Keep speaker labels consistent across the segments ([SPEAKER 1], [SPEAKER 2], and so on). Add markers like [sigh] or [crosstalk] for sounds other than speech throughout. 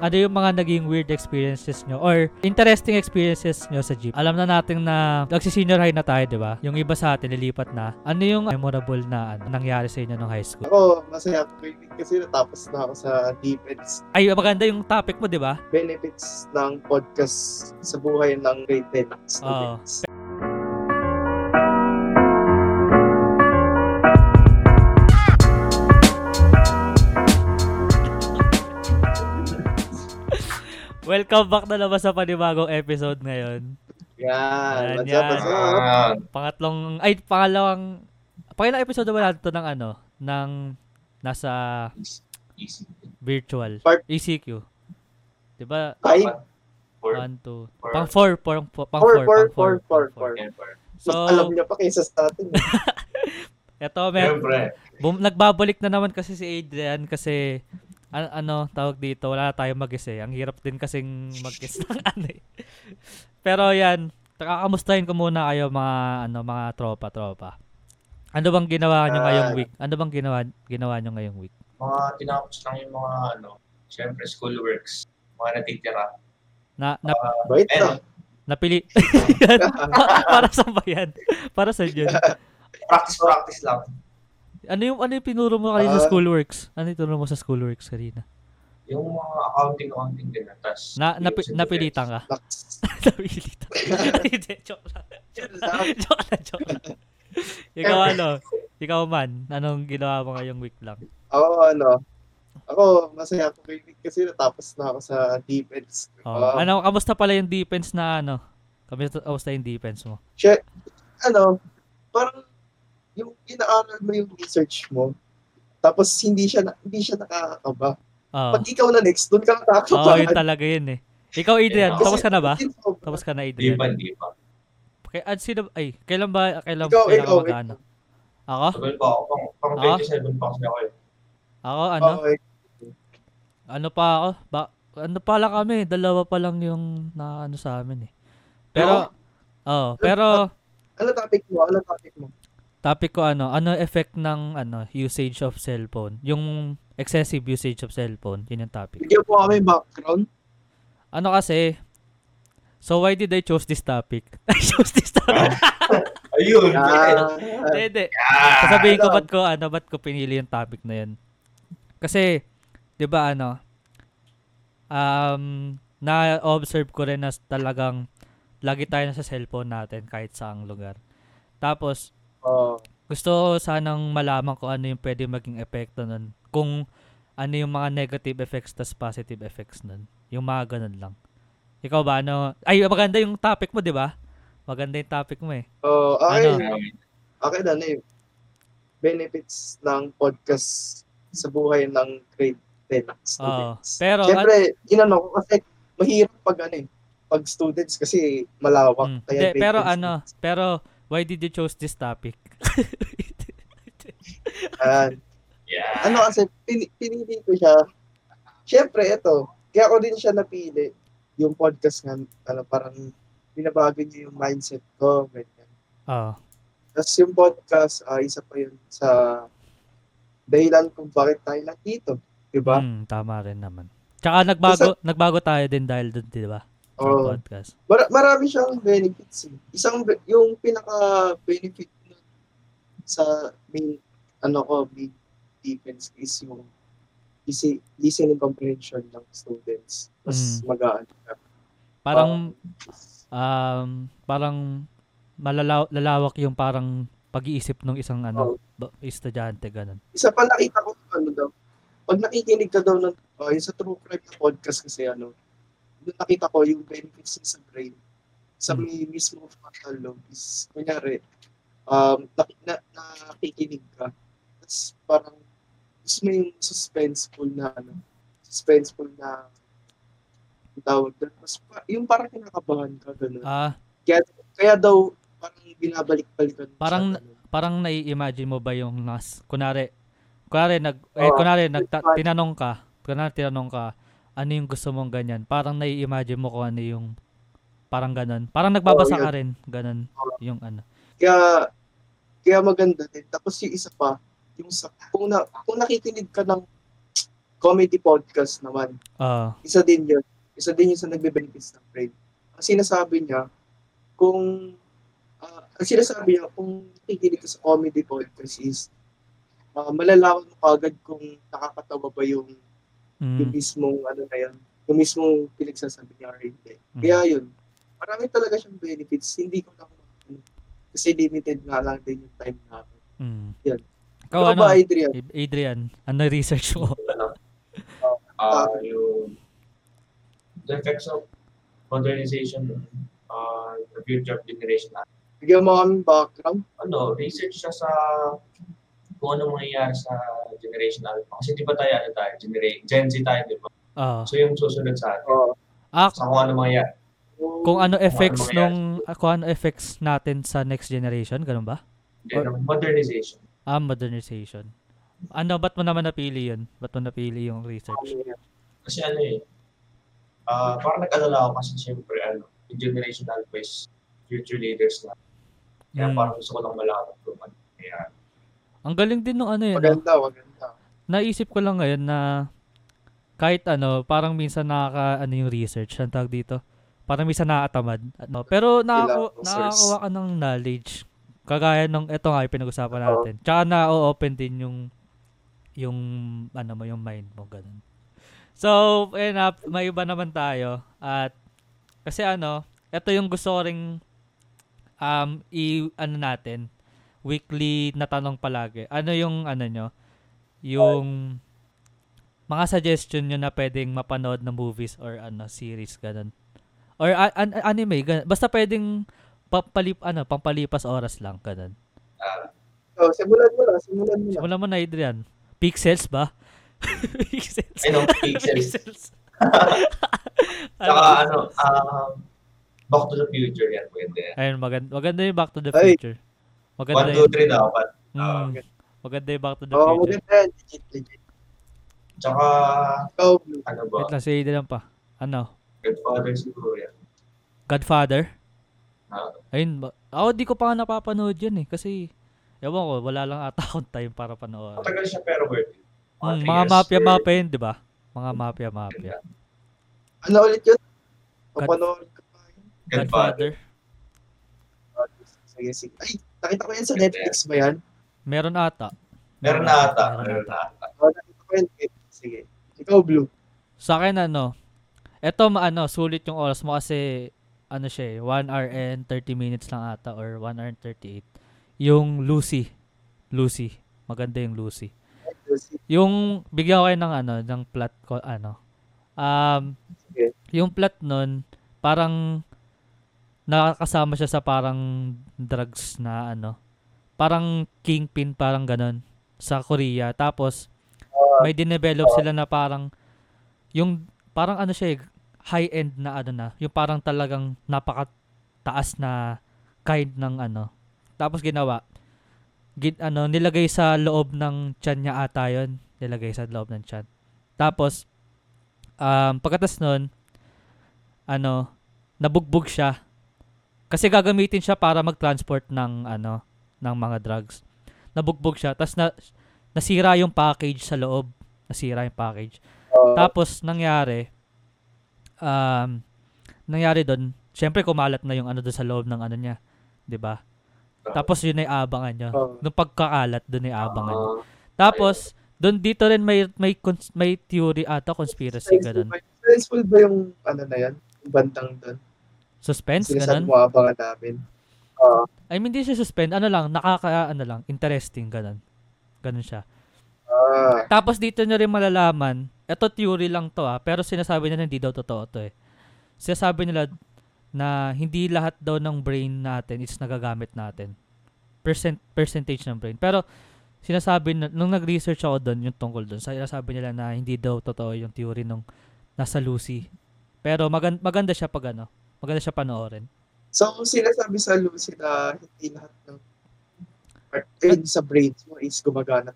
[SPEAKER 1] Ano yung mga naging weird experiences nyo or interesting experiences nyo sa jeep? Alam na natin na nagsisenior high na tayo, di ba? Yung iba sa atin, nilipat na. Ano yung memorable na ano, nangyari sa inyo nung high school?
[SPEAKER 2] Ako, masaya ako eh, kasi natapos na ako sa defense
[SPEAKER 1] Ay, maganda yung topic mo, di ba?
[SPEAKER 2] benefits ng podcast sa buhay ng grade 10
[SPEAKER 1] Ah.
[SPEAKER 2] students.
[SPEAKER 1] Welcome back na naman sa panibagong episode ngayon. Yan,
[SPEAKER 2] Yan, what's up,
[SPEAKER 1] yan.
[SPEAKER 2] what's up?
[SPEAKER 3] Ah,
[SPEAKER 1] Pangatlong, ay, pangalawang, pangilang episode na ba natin to ng ano? Ng, nasa
[SPEAKER 3] easy.
[SPEAKER 1] virtual.
[SPEAKER 2] Part-
[SPEAKER 1] ECQ. Di ba?
[SPEAKER 2] Ay,
[SPEAKER 3] Four,
[SPEAKER 1] One, two.
[SPEAKER 3] Four.
[SPEAKER 1] Pang four, four, four, pang
[SPEAKER 2] Four,
[SPEAKER 1] four,
[SPEAKER 2] four,
[SPEAKER 1] pang four,
[SPEAKER 2] four,
[SPEAKER 1] pang
[SPEAKER 2] four,
[SPEAKER 1] four.
[SPEAKER 3] and four.
[SPEAKER 2] mas
[SPEAKER 1] So,
[SPEAKER 2] alam niya pa kaysa sa
[SPEAKER 1] [laughs]
[SPEAKER 2] atin. eh.
[SPEAKER 1] eto, men,
[SPEAKER 3] Siyempre.
[SPEAKER 1] bum- nagbabalik na naman kasi si Adrian kasi an- ano, tawag dito, wala na tayong mag eh. Ang hirap din kasing mag ng [laughs] ano eh. Pero yan, kakamustahin ko muna kayo mga ano mga tropa-tropa. Ano bang ginawa niyo
[SPEAKER 2] Ah.
[SPEAKER 1] ngayong week? Ano bang ginawa ginawa niyo ngayong week?
[SPEAKER 3] Mga tinapos lang yung mga ano, siyempre school works. Mga natitira.
[SPEAKER 1] Na, na
[SPEAKER 2] Wait lang.
[SPEAKER 3] And
[SPEAKER 1] napili [laughs] Yan. para sa bayan. Para sa yun.
[SPEAKER 3] practice, practice lang.
[SPEAKER 1] Ano yung ano yung pinuro mo kanina sa
[SPEAKER 2] Ah.
[SPEAKER 1] schoolworks? Ano yung tinuro mo sa schoolworks kanina?
[SPEAKER 3] Yung mga accounting-accounting din. ah, Tapos,
[SPEAKER 1] Na, napi, napilitan ka. [laughs]
[SPEAKER 2] Relax.
[SPEAKER 1] napilitan. [laughs] Hindi, joke lang.
[SPEAKER 2] Chill lang.
[SPEAKER 1] [laughs] Joke lang, joke lang. Ikaw ano? Ikaw man, anong ginawa mo ngayong week lang?
[SPEAKER 2] Ako, ano, ako, masaya ako eh, kasi natapos na ako sa defense.
[SPEAKER 1] Oh,
[SPEAKER 2] Ah,
[SPEAKER 1] ano, kamusta pala yung defense na ano? Kamusta, kamusta yung defense mo?
[SPEAKER 2] Siya, ano, parang yung inaaral mo yung research mo, tapos hindi siya na, hindi siya nakakakaba.
[SPEAKER 1] Oo.
[SPEAKER 2] Pag ikaw na next, doon ka
[SPEAKER 1] Oo,
[SPEAKER 2] nakakaba.
[SPEAKER 1] Oh, yun talaga yun eh. Ikaw, Adrian,
[SPEAKER 3] Kasi-
[SPEAKER 1] tapos ka na ba?
[SPEAKER 2] Kasi-
[SPEAKER 1] Tapos ka na,
[SPEAKER 3] Di
[SPEAKER 1] Adrian.
[SPEAKER 3] ba, di ba?
[SPEAKER 1] Kay, at sino, ay, kailan ba, kailan,
[SPEAKER 2] Ikaw,
[SPEAKER 1] kailan ka
[SPEAKER 2] ikaw,
[SPEAKER 1] mag-ano? Ako?
[SPEAKER 3] Tagal pa ako. Pang, pang
[SPEAKER 1] Ah?
[SPEAKER 3] 27 pa kasi ako eh.
[SPEAKER 1] Ako, ano?
[SPEAKER 2] Okay.
[SPEAKER 1] Ano pa ako? Ba, ano pa lang kami, dalawa pa lang yung na ano sa amin eh. Pero, oh, pero,
[SPEAKER 2] Ano topic mo? Ano topic mo?
[SPEAKER 1] topic ko ano, ano effect ng ano usage of cellphone? Yung excessive usage of cellphone, yun yung topic.
[SPEAKER 2] Bigyan mo kami background.
[SPEAKER 1] Ano kasi, so why did I choose this topic? [laughs] I chose this topic.
[SPEAKER 3] eh. Ayun!
[SPEAKER 2] Ah, [laughs]
[SPEAKER 1] Hindi, hindi.
[SPEAKER 3] Ah!
[SPEAKER 1] Sasabihin ko
[SPEAKER 2] ano?
[SPEAKER 1] ba't ko, ano, ba't ko pinili yung topic na yun. Kasi, di ba ano, um, na-observe ko rin na talagang lagi tayo nasa cellphone natin kahit saang lugar. Tapos,
[SPEAKER 2] oh,
[SPEAKER 1] gusto ko sanang malaman ko ano yung pwede maging epekto nun. Kung ano yung mga negative effects tas positive effects nun. Yung mga ganun lang. Ikaw ba, ano? Ay, maganda yung topic mo, di ba? Maganda yung topic mo eh.
[SPEAKER 2] oh, okay.
[SPEAKER 1] Ano?
[SPEAKER 2] Okay na na yun. Benefits ng podcast sa buhay ng grade 10 students.
[SPEAKER 1] pero ano?
[SPEAKER 2] Siyempre, inano ko kasi mahirap pag ano eh, pag students kasi malawak.
[SPEAKER 1] Mm.
[SPEAKER 2] Kaya
[SPEAKER 1] Hindi,
[SPEAKER 2] grade
[SPEAKER 1] pero
[SPEAKER 2] 10
[SPEAKER 1] ano, pero why did you choose this
[SPEAKER 2] [laughs]
[SPEAKER 1] topic?
[SPEAKER 2] students. Ah,
[SPEAKER 3] Yeah.
[SPEAKER 2] ano kasi, pin- pinili ko siya. Siyempre, ito. Kaya ko din siya napili. Yung podcast nga, ano, parang binabago niya yung mindset ko. Ganyan.
[SPEAKER 1] Oo.
[SPEAKER 2] Tapos yung podcast, ah, isa pa yun sa dahilan kung bakit tayo nandito. Diba?
[SPEAKER 1] Mm, tama rin naman. Tsaka nagbago, nagbago tayo din dahil doon, di ba? Sa
[SPEAKER 2] Oo.
[SPEAKER 1] podcast.
[SPEAKER 2] Mar- marami siyang benefits. eh. Isang, be- yung pinaka-benefit nun sa main, ano ko, main defense is yung isi- listening comprehension ng students. Mas
[SPEAKER 1] Mm.
[SPEAKER 2] magaan.
[SPEAKER 1] Parang
[SPEAKER 2] Oh.
[SPEAKER 1] um, parang malalawak yung parang pag-iisip ng isang
[SPEAKER 2] Oh.
[SPEAKER 1] ano, ba- estudyante ganun.
[SPEAKER 2] isa pa nakita ko ano daw, pag nakikinig ka daw ng uh, yung sa true crime na podcast kasi ano, doon nakita ko yung benefits niya sa brain. Sa
[SPEAKER 1] Hmm.
[SPEAKER 2] may mismo frontal lobe is, kunyari, um, na, na, nakikinig ka, tapos parang, gusto mo yung suspenseful na ano, suspenseful na ang tawag doon. Mas pa- yung parang kinakabahan ka, gano'n.
[SPEAKER 1] Ah,
[SPEAKER 2] Kaya daw, parang binabalik-balikan. siya,
[SPEAKER 1] Parang-
[SPEAKER 2] ganun.
[SPEAKER 1] parang nai-imagine mo ba yung nas kunari kunari nag eh,
[SPEAKER 2] Oo.
[SPEAKER 1] kunari nagta-
[SPEAKER 2] Fun.
[SPEAKER 1] tinanong ka, kunari tinanong ka ano yung gusto mong ganyan. Parang nai-imagine mo kung ano yung parang ganun. Parang nagbabasa
[SPEAKER 2] Oo,
[SPEAKER 1] ka rin ganun
[SPEAKER 2] Oh.
[SPEAKER 1] yung ano.
[SPEAKER 2] Kaya kaya maganda din. Tapos yung isa pa, yung sa kung na kung nakikinig ka ng comedy podcast naman.
[SPEAKER 1] Ah,
[SPEAKER 2] Isa din yun. Isa din yun sa nagbe-benefits ng friend. Ang sinasabi niya, kung, ah, ang sinasabi niya, kung nakikinig ka sa comedy podcast is, ah, malalaman mo agad kung nakakatawa ba yung,
[SPEAKER 1] mm,
[SPEAKER 2] yung mismong, ano na yan, yung mismong pinagsasabi niya or hindi.
[SPEAKER 1] Mm.
[SPEAKER 2] Kaya yun, marami talaga siyang benefits. Hindi ko lang ano, kasi limited nga lang din yung time namin.
[SPEAKER 1] mm.
[SPEAKER 2] Yan.
[SPEAKER 1] Ikaw,
[SPEAKER 2] Ikaw
[SPEAKER 1] ano,
[SPEAKER 2] ba, Adrian?
[SPEAKER 1] Adrian, ano yung research
[SPEAKER 2] [laughs]
[SPEAKER 1] mo?
[SPEAKER 3] Ah, yung the effects of modernization on the future of generation
[SPEAKER 2] Bigyan mo kami background.
[SPEAKER 3] ano, research siya sa kung ano mangyayari sa generation alpha. Kasi di ba tayo, ano tayo, genera- Gen Z tayo, di ba?
[SPEAKER 1] Ah,
[SPEAKER 3] So yung susunod sa atin,
[SPEAKER 2] Oo.
[SPEAKER 1] ah,
[SPEAKER 3] sa kung ano mangyayari.
[SPEAKER 1] kung ano effects
[SPEAKER 3] mangyayari.
[SPEAKER 1] nung ah, kung ano effects natin sa next generation, ganun ba?
[SPEAKER 3] Then, ang modernization.
[SPEAKER 1] Ah, modernization. Ano, ba't mo naman napili yun? Ba't mo napili yung research?
[SPEAKER 3] Kasi ano eh, ah parang nag-alala ako kasi siyempre, ano, yung generation alpha is future leaders na. Kaya
[SPEAKER 1] Mm.
[SPEAKER 3] parang gusto ko lang malaman kung ano mangyayari.
[SPEAKER 1] Ang galing din nung ano yun. ah.
[SPEAKER 2] Maganda, maganda.
[SPEAKER 1] Naisip ko lang ngayon na kahit ano, parang minsan nakaka ano yung research, ang tawag dito. Parang minsan nakakatamad. Ano, pero nakaku-
[SPEAKER 2] Kailangan ng
[SPEAKER 1] nakakuha ka ng knowledge. Kagaya nung ito nga yung pinag-usapan
[SPEAKER 2] Oo.
[SPEAKER 1] natin. Tsaka na-open din yung yung ano mo, yung mind mo, ganun. So, ayun na, may iba naman tayo. At, kasi ano, ito yung gusto ko ring um, i, ano natin, weekly na tanong palagi. Ano yung, ano nyo, yung mga suggestion nyo na pwedeng mapanood na movies or ano, series, ganun. Or a- an- anime, ganun. Basta pwedeng papalip, ano, pampalipas oras lang, ganun.
[SPEAKER 3] Ah,
[SPEAKER 2] So, simulan mo lang, simulan mo lang.
[SPEAKER 1] Simulan mo na, Adrian. Pixels ba? [laughs] Pixels. [laughs]
[SPEAKER 3] ayun, ang pixels. [laughs]
[SPEAKER 1] Pixels.
[SPEAKER 3] Saka ano, um, Back to the Future yan, pwede.
[SPEAKER 1] Ayun, maganda, maganda yung Back to the
[SPEAKER 2] Ay.
[SPEAKER 1] Future.
[SPEAKER 3] One,
[SPEAKER 1] Maganda
[SPEAKER 3] two,
[SPEAKER 1] yung,
[SPEAKER 3] three dapat.
[SPEAKER 1] mm, maganda yung Back to the
[SPEAKER 2] Oo,
[SPEAKER 1] Future.
[SPEAKER 2] Ah, Oh, maganda yan. Legit, legit.
[SPEAKER 3] Tsaka,
[SPEAKER 2] Ikaw, Blue.
[SPEAKER 3] ano ba,
[SPEAKER 1] Wait lang, si Adrian pa. Ano?
[SPEAKER 3] Godfather siguro yan.
[SPEAKER 1] Godfather?
[SPEAKER 3] Ah,
[SPEAKER 1] Ayun ba? Ako, di ko pa nga napapanood yun eh. Kasi, ewan ko, wala lang ata akong time para panoorin.
[SPEAKER 3] Matagal siya pero worth it.
[SPEAKER 1] Mm,
[SPEAKER 3] three
[SPEAKER 1] mga
[SPEAKER 3] years
[SPEAKER 1] mafia-mafia yun, di ba? Mga mafia-mafia.
[SPEAKER 2] Ano ulit yun? Kapanood ka pa yun? Ah,
[SPEAKER 3] worth it. Godfather.
[SPEAKER 2] Sige, sige. Ay, nakita ko yan sa Netflix ba yan?
[SPEAKER 1] Meron ata.
[SPEAKER 3] Meron na ata.
[SPEAKER 1] Meron
[SPEAKER 3] Meron na ata.
[SPEAKER 2] Oo, nakita ko yan. Eh, Sige. Ikaw, Blue.
[SPEAKER 1] Sa akin ano, eto ma- ano, sulit yung oras mo kasi ano siya eh, 1 hour and 30 minutes lang ata or 1 hour and 38. Yung Lucy. Lucy. Maganda yung Lucy. Yung bigyan ko kayo ng ano, ng plot ko ano. Um
[SPEAKER 2] Sige.
[SPEAKER 1] yung plot nun, parang nakakasama siya sa parang drugs na ano. Parang kingpin parang ganun sa Korea. Tapos may dinevelop sila na parang yung parang ano siya eh, high-end na ano na, yung parang talagang napakataas na kind ng ano. Tapos ginawa, gin, ano, nilagay sa loob ng tiyan niya ata yun. Nilagay sa loob ng tiyan. Tapos, um, pagkatas nun, ano, nabugbog siya. Kasi gagamitin siya para mag-transport ng, ano, ng mga drugs. Nabugbog siya. Tapos, na, nasira yung package sa loob. Nasira yung package.
[SPEAKER 2] Uh,
[SPEAKER 1] Tapos nangyari um nangyari doon, syempre kumalat na yung ano doon sa loob ng ano niya, 'di ba? Tapos yun ay abangan niya.
[SPEAKER 2] Oo.
[SPEAKER 1] Nung pagkakalat doon ay abangan. niya.
[SPEAKER 3] Ah,
[SPEAKER 1] Tapos doon dito rin may may cons- may theory ata conspiracy ganun.
[SPEAKER 2] Suspenseful ba yung, ano na yan? Yung bantang doon?
[SPEAKER 1] Suspense
[SPEAKER 2] Sinasabi
[SPEAKER 1] ganun.
[SPEAKER 2] mo abangan namin. Oo.
[SPEAKER 1] I mean, hindi siya suspend, ano lang, nakaka ano lang, interesting ganun. Ganun siya.
[SPEAKER 2] Ah,
[SPEAKER 1] Tapos dito nyo rin malalaman, eto theory lang to ah, pero sinasabi nila hindi daw totoo to eh. Sinasabi nila na hindi lahat daw ng brain natin is nagagamit natin. Percent, percentage ng brain. Pero sinasabi na, nung nag-research ako doon, yung tungkol doon, sinasabi nila na hindi daw totoo yung theory nung nasa Lucy. Pero magan- maganda siya pag ano, maganda siya panoorin.
[SPEAKER 2] so, kung sinasabi sa Lucy na hindi lahat ng part ayun, sa brains mo is gumagana.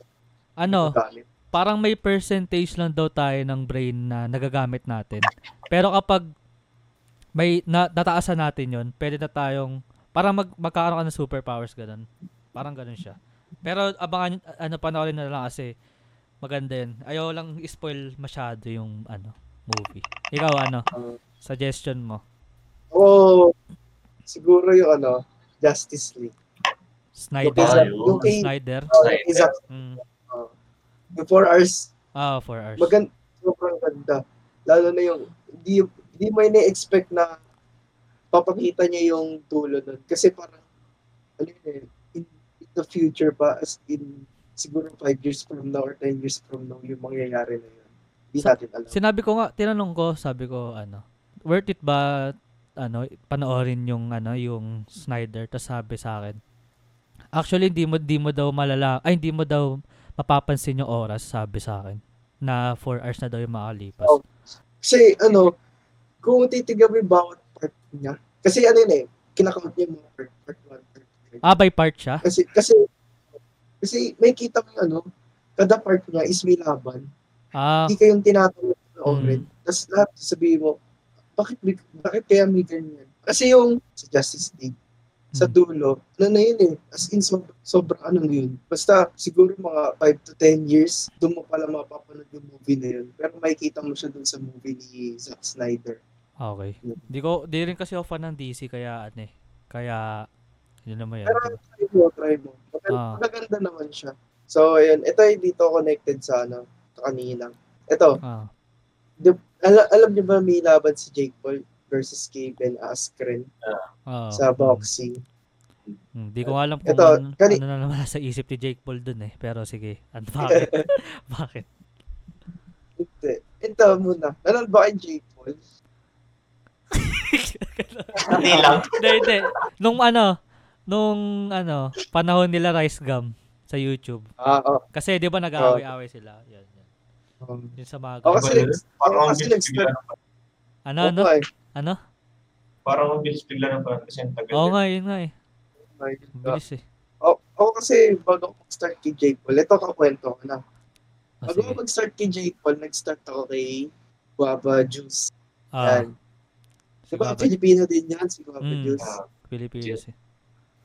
[SPEAKER 1] Ano,
[SPEAKER 2] Gumagana.
[SPEAKER 1] parang may percentage lang daw tayo ng brain na nagagamit natin. Pero kapag may na, nataasan natin yon, pwede na tayong parang mag, magkakaroon ka ng superpowers ganun. Parang ganun siya. Pero abangan ano panoorin na lang kasi Maganda yun. Ayaw lang spoil masyado yung ano, movie. Ikaw ano,
[SPEAKER 2] Uh,
[SPEAKER 1] suggestion mo?
[SPEAKER 2] oh, siguro yung ano, Justice League. Yung
[SPEAKER 1] Snyder.
[SPEAKER 2] kay Zack,
[SPEAKER 3] Ayun.
[SPEAKER 2] yung kay,
[SPEAKER 1] Snyder.
[SPEAKER 3] Ah,
[SPEAKER 2] oh, yung kay Zack,
[SPEAKER 1] Mm.
[SPEAKER 2] yung 4 hours,
[SPEAKER 1] Ah, four hours.
[SPEAKER 2] maganda, sobrang ganda. Lalo na yung, hindi, hindi mo ina-expect na papakita niya yung dulo nun. Kasi parang, ano yun eh, in, in the future pa, as in, siguro 5 years from now or 10 years from now, yung mangyayari na yun. Hindi
[SPEAKER 1] Sa-
[SPEAKER 2] natin alam.
[SPEAKER 1] Sinabi ko nga, tinanong ko, sabi ko ano, worth it ba ano panoorin yung ano yung Snyder tapos sabi sa akin. Actually hindi mo hindi mo daw malala ay hindi mo daw mapapansin yung oras sabi sa akin na 4 hours na daw yung makalipas.
[SPEAKER 2] Oh. Kasi, ano, kung titigaw mo yung bawat part niya, kasi ano yun eh, kinakount niya yung mga part, part 1, part 2.
[SPEAKER 1] Ah, by part siya?
[SPEAKER 2] Kasi, kasi, kasi may kita mo yung ano, kada part niya is may laban.
[SPEAKER 1] Ah,
[SPEAKER 2] Hindi kayong tinatanong na orin.
[SPEAKER 1] Mm.
[SPEAKER 2] Tapos lahat sabihin mo, bakit, big- bakit kaya may ganyan? Kasi yung sa Justice League, sa
[SPEAKER 1] Mm.
[SPEAKER 2] dulo, ano na yun eh, as in sobrang, sobrang ano na yun. Basta siguro mga 5 to 10 years, doon mo pala mapapanood yung movie na yun. Pero makikita mo siya doon sa movie ni Zack Snyder.
[SPEAKER 1] okay. Di ko di rin kasi ako fan ng DC kaya ano eh. Kaya yun naman yun.
[SPEAKER 2] Pero
[SPEAKER 1] diba?
[SPEAKER 2] try mo, try mo. Maganda,
[SPEAKER 1] Ah.
[SPEAKER 2] magaganda naman siya. So, ayun. Ito ay dito connected sa ano, sa kanina. Ito,
[SPEAKER 1] Ah,
[SPEAKER 2] al- alam niyo ba may laban si Jake Paul versus kay Ben Askren
[SPEAKER 1] ah.
[SPEAKER 2] sa boxing?
[SPEAKER 1] Hmm, Di ko alam kung
[SPEAKER 2] Ito,
[SPEAKER 1] ano,
[SPEAKER 2] kani-
[SPEAKER 1] ano na naman [laughs] sa isip ni Jake Paul dun eh. Pero sige, ano,
[SPEAKER 2] [laughs]
[SPEAKER 1] bakit? bakit?
[SPEAKER 2] Ito, ito muna. Ano ba kay Jake Paul?
[SPEAKER 3] [laughs] Hindi lang.
[SPEAKER 1] Hindi, hindi. Nung ano, nung ano, panahon nila Rice Gum sa YouTube.
[SPEAKER 2] Ah, oo.
[SPEAKER 1] Kasi di ba nag-aaway-aaway sila? Yun, yun.
[SPEAKER 2] Um,
[SPEAKER 1] Ano Yun sa mga
[SPEAKER 2] Oh,
[SPEAKER 1] ganun.
[SPEAKER 2] kasi
[SPEAKER 3] Iba na
[SPEAKER 2] next-
[SPEAKER 3] rin. Parang
[SPEAKER 2] oh,
[SPEAKER 3] ang
[SPEAKER 2] kasi
[SPEAKER 3] bilis
[SPEAKER 2] next eh.
[SPEAKER 3] bigla na-
[SPEAKER 1] Ano, ano?
[SPEAKER 2] okay.
[SPEAKER 1] Ano?
[SPEAKER 3] Parang ang bilis bigla na parang kasi ang tagal.
[SPEAKER 1] Oo nga, yun nga eh.
[SPEAKER 2] okay.
[SPEAKER 1] Ang Bilis eh.
[SPEAKER 2] Oh, oh, kasi bago ako start kay Jake Paul, ito kakwento ko na.
[SPEAKER 1] Ah,
[SPEAKER 2] Bago
[SPEAKER 1] sige.
[SPEAKER 2] ako mag-start kay Jake Paul, nag-start ako kay Guava Juice.
[SPEAKER 1] Ah,
[SPEAKER 2] Yan.
[SPEAKER 1] si
[SPEAKER 2] Diba,
[SPEAKER 1] Baba-
[SPEAKER 2] Filipino din yan, si Guava
[SPEAKER 1] Mm.
[SPEAKER 2] Juice.
[SPEAKER 3] Ah,
[SPEAKER 1] Pilipinas eh.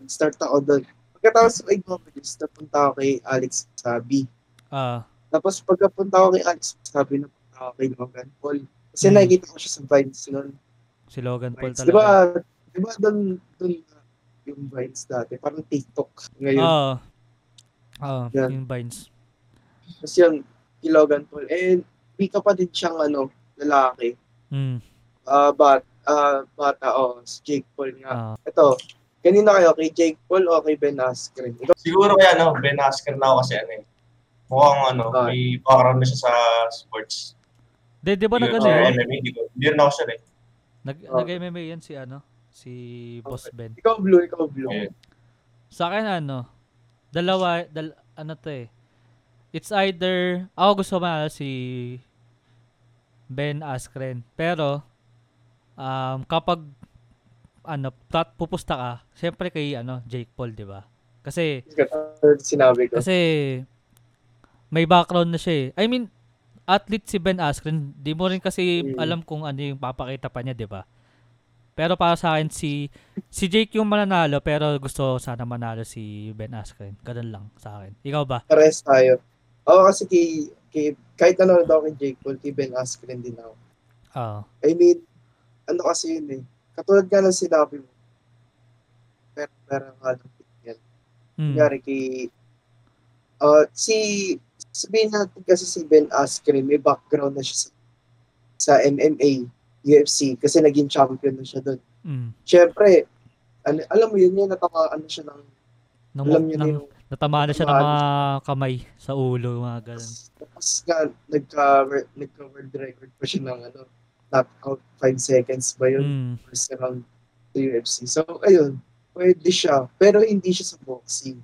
[SPEAKER 2] Nag-start ako doon. Pagkatapos ay Gomez, napunta ako kay Alex Sabi.
[SPEAKER 1] Ah,
[SPEAKER 2] Tapos pagkapunta ako kay Alex Sabi, napunta ako kay Logan Paul. Kasi
[SPEAKER 1] Hmm.
[SPEAKER 2] nakikita ko siya sa Vines noon.
[SPEAKER 1] si Logan Paul
[SPEAKER 2] Vines.
[SPEAKER 1] talaga.
[SPEAKER 2] Di ba, di ba doon, doon yung Vines dati, parang TikTok ngayon.
[SPEAKER 1] Oo. Oo,
[SPEAKER 2] Yan.
[SPEAKER 1] Ah. yung Vines.
[SPEAKER 2] Tapos yun, kay Logan Paul. And eh, may kapatid siyang ano, lalaki.
[SPEAKER 1] Mm.
[SPEAKER 2] Ah, bat, ah, bata, oh, si Jake Paul nga.
[SPEAKER 1] Ah.
[SPEAKER 2] Ito, kanina kayo, kay Jake Paul o kay Ben Askren? Ikaw,
[SPEAKER 3] Siguro kaya ano, Ben Askren na ako kasi ano eh. Mukhang ano,
[SPEAKER 2] Ah.
[SPEAKER 3] may background na siya sa sports.
[SPEAKER 1] Di, di ba nag
[SPEAKER 3] Hindi ko
[SPEAKER 1] ano
[SPEAKER 3] siya
[SPEAKER 1] yun?
[SPEAKER 3] MMA, hindi ko. Hindi rin ako siya eh.
[SPEAKER 1] Nag,
[SPEAKER 2] Oo.
[SPEAKER 1] nag-MMA yan si ano? Si Boss Ben.
[SPEAKER 2] ikaw blue, ikaw blue.
[SPEAKER 3] Ayun.
[SPEAKER 1] Sa akin ano, dalawa, dal, ano to eh. It's either, ako gusto manalo si Ben Askren. Pero, um, kapag, ano, tat, pupusta ka, syempre kay, ano, Jake Paul, di ba? Kasi,
[SPEAKER 2] Katulad sinabi ko.
[SPEAKER 1] kasi, may background na siya eh. I mean, athlete si Ben Askren, di mo rin kasi
[SPEAKER 2] Mm.
[SPEAKER 1] alam kung ano yung papakita pa niya, di ba? Pero para sa akin, si, si Jake yung mananalo, pero gusto sana manalo si Ben Askren. Ganun lang sa akin. Ikaw ba?
[SPEAKER 2] Pares tayo. Oo, kasi kay, kay, kahit nanonood ako kay Jake Paul, kay Ben Askren din ako.
[SPEAKER 1] Oo.
[SPEAKER 2] I mean, ano kasi yun eh. Katulad nga ng sinabi mo. Pero, pero nga lang yan.
[SPEAKER 1] Mm.
[SPEAKER 2] Kunyari kay, uh, si, sabihin natin kasi si Ben Askren, may background na siya sa, sa MMA, UFC, kasi naging champion na siya doon.
[SPEAKER 1] Mm.
[SPEAKER 2] Syempre, ano, alam mo yun, yun natamaan siya ng,
[SPEAKER 1] Nung,
[SPEAKER 2] alam niya na
[SPEAKER 1] nang-
[SPEAKER 2] yung
[SPEAKER 1] natama na siya ng
[SPEAKER 2] natamaan
[SPEAKER 1] mga kamay sa ulo, mga ganun.
[SPEAKER 2] Tapos- Tapos nga, nagka, nagka world record pa siya ng ano, knockout 5 seconds ba yun?
[SPEAKER 1] Mm.
[SPEAKER 2] First round sa UFC. So, ayun, pwede siya. Pero hindi siya sa boxing.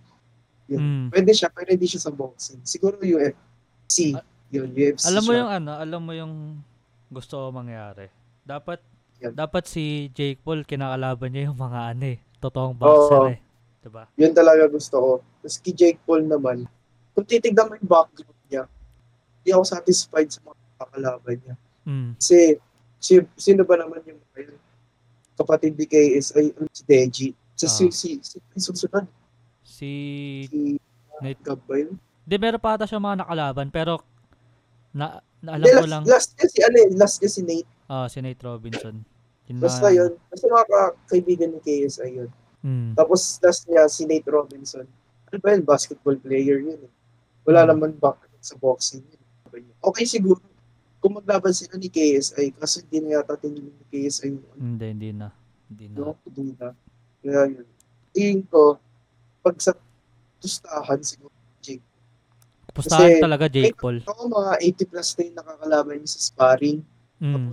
[SPEAKER 1] Mm.
[SPEAKER 2] Pwede siya, pero hindi siya sa boxing. Siguro UFC.
[SPEAKER 1] Ah,
[SPEAKER 2] yun, UFC
[SPEAKER 1] Alam mo
[SPEAKER 2] siya.
[SPEAKER 1] yung ano, alam mo yung gusto ko mangyari. Dapat
[SPEAKER 2] Yan.
[SPEAKER 1] dapat si Jake Paul kinakalaban niya yung mga ano eh, totoong
[SPEAKER 2] Oo.
[SPEAKER 1] boxer eh. 'Di ba?
[SPEAKER 2] Yun talaga gusto ko. Tapos kay Jake Paul naman, kung titignan mo yung background niya, hindi ako satisfied sa mga kakalaban niya.
[SPEAKER 1] Mm.
[SPEAKER 2] Kasi, si, sino ba naman yung mga yun? kapatid ni KSI, um, si Deji. Sa
[SPEAKER 1] Ah.
[SPEAKER 2] si, si, si, si susunod,
[SPEAKER 1] Si
[SPEAKER 2] si
[SPEAKER 1] Nate
[SPEAKER 2] Gab ba yun?
[SPEAKER 1] Di, meron pa ata siya mga nakalaban, pero na, na alam
[SPEAKER 2] Hindi,
[SPEAKER 1] ko
[SPEAKER 2] last,
[SPEAKER 1] lang,
[SPEAKER 2] last year si, ano eh, last year si Nate.
[SPEAKER 1] ah si Nate Robinson. Yun
[SPEAKER 2] Basta
[SPEAKER 1] mga-
[SPEAKER 2] yun. Basta mga ka- kaibigan ni KSI yun.
[SPEAKER 1] Mm.
[SPEAKER 2] Tapos last niya si Nate Robinson. Ano ba yun? Basketball player yun eh. Wala
[SPEAKER 1] Hmm.
[SPEAKER 2] naman background sa boxing yun. Sabi niya, Okay siguro. Kung maglaban sila ni KSI, kasi hindi na yata tinigil ni KSI yung ano,
[SPEAKER 1] Hindi, hindi na. Hindi na.
[SPEAKER 2] no? Kududa. Kaya yun. Tingin ko, pag sa tustahan siguro,
[SPEAKER 1] Pustahan
[SPEAKER 2] Kasi-
[SPEAKER 1] talaga Jake Paul.
[SPEAKER 2] ako mga 80 plus na yung nakakalaban niya sa sparring,
[SPEAKER 1] Mm.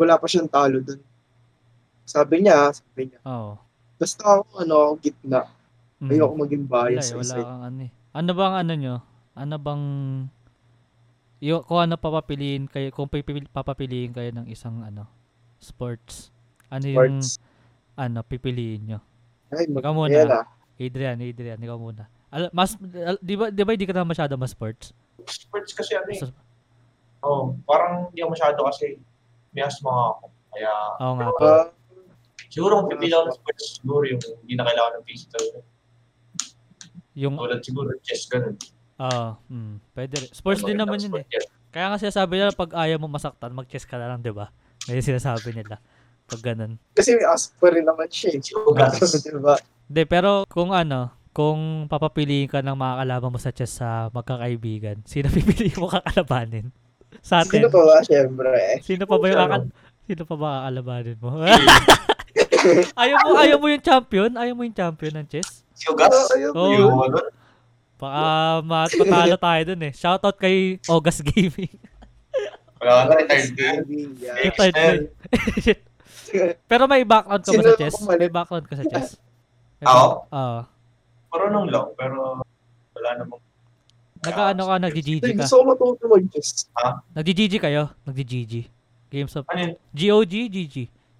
[SPEAKER 2] wala pa siyang talo dun. Sabi niya, sabi niya,
[SPEAKER 1] Oo.
[SPEAKER 2] basta ako, ano, ako gitna.
[SPEAKER 1] Mm.
[SPEAKER 2] Ayoko maging
[SPEAKER 1] Wala, eh,
[SPEAKER 2] bias sa
[SPEAKER 1] wala
[SPEAKER 2] isa.
[SPEAKER 1] kang ano eh. Ano bang ano nyo? Ano bang yung, kung ano papapiliin kayo, kung pipil- papapiliin kayo ng isang ano, sports. Ano yung
[SPEAKER 2] Words.
[SPEAKER 1] ano pipiliin nyo?
[SPEAKER 2] Ay,
[SPEAKER 1] Ikaw
[SPEAKER 2] mag-
[SPEAKER 1] muna.
[SPEAKER 2] ayan ah.
[SPEAKER 1] Adrian, Adrian, ikaw muna. Al- mas, al- di ba, di ba hindi ka na masyado mas sports?
[SPEAKER 3] Sports kasi ano eh.
[SPEAKER 1] So-
[SPEAKER 3] Oh, parang hindi ako masyado kasi may asthma nga ako. Kaya
[SPEAKER 1] Oo nga. pa.
[SPEAKER 2] Ah,
[SPEAKER 3] siguro kung pipila ako ng sports, siguro yung hindi na kailangan ng physical. eh.
[SPEAKER 1] Yung,
[SPEAKER 3] Tulad siguro, chess, ganun.
[SPEAKER 1] ah, mm, pwede rin. Sports din naman yun eh.
[SPEAKER 3] Sport, yes.
[SPEAKER 1] Kaya nga sinasabi nila pag ayaw mo masaktan, mag-chess ka na lang, di ba? Ngayon sinasabi nila. Pag ganun.
[SPEAKER 2] kasi may asper rin naman siya eh.
[SPEAKER 3] Si Ugas.
[SPEAKER 2] diba?
[SPEAKER 1] Hindi, pero kung ano, kung papapiliin ka ng mga kalaban mo sa chess sa magkakaibigan, [laughs] sino pipili mo kakalabanin? Sa
[SPEAKER 2] Sino
[SPEAKER 1] atin,
[SPEAKER 2] pa ba, syempre?
[SPEAKER 1] sino pa ba yung kakal... Sino pa ba kakalabanin mo? [laughs] ayaw mo, ayaw mo yung champion? Ayaw mo yung champion ng chess?
[SPEAKER 3] Si Ugas.
[SPEAKER 2] Oo, Ah, ayun.
[SPEAKER 1] Oo.
[SPEAKER 3] Yung ano,
[SPEAKER 1] Baka matatalo tayo dun eh. Shoutout kay August Gaming. [laughs]
[SPEAKER 3] wala ka na retired na yun.
[SPEAKER 1] Yung third play.
[SPEAKER 2] [laughs]
[SPEAKER 1] pero may background ka ba
[SPEAKER 2] Sino
[SPEAKER 1] sa chess?
[SPEAKER 2] pumalit?
[SPEAKER 1] May background ka sa chess? May
[SPEAKER 3] Ako?
[SPEAKER 1] back- Oo.
[SPEAKER 3] Marunong lang, pero wala namang
[SPEAKER 1] Nag-ano ka, nag-GG ka.
[SPEAKER 2] Gusto ko matuto mag-chess.
[SPEAKER 1] Nag-GG kayo? Nag-GG. Games of
[SPEAKER 3] ano yun,
[SPEAKER 1] GOG, GG.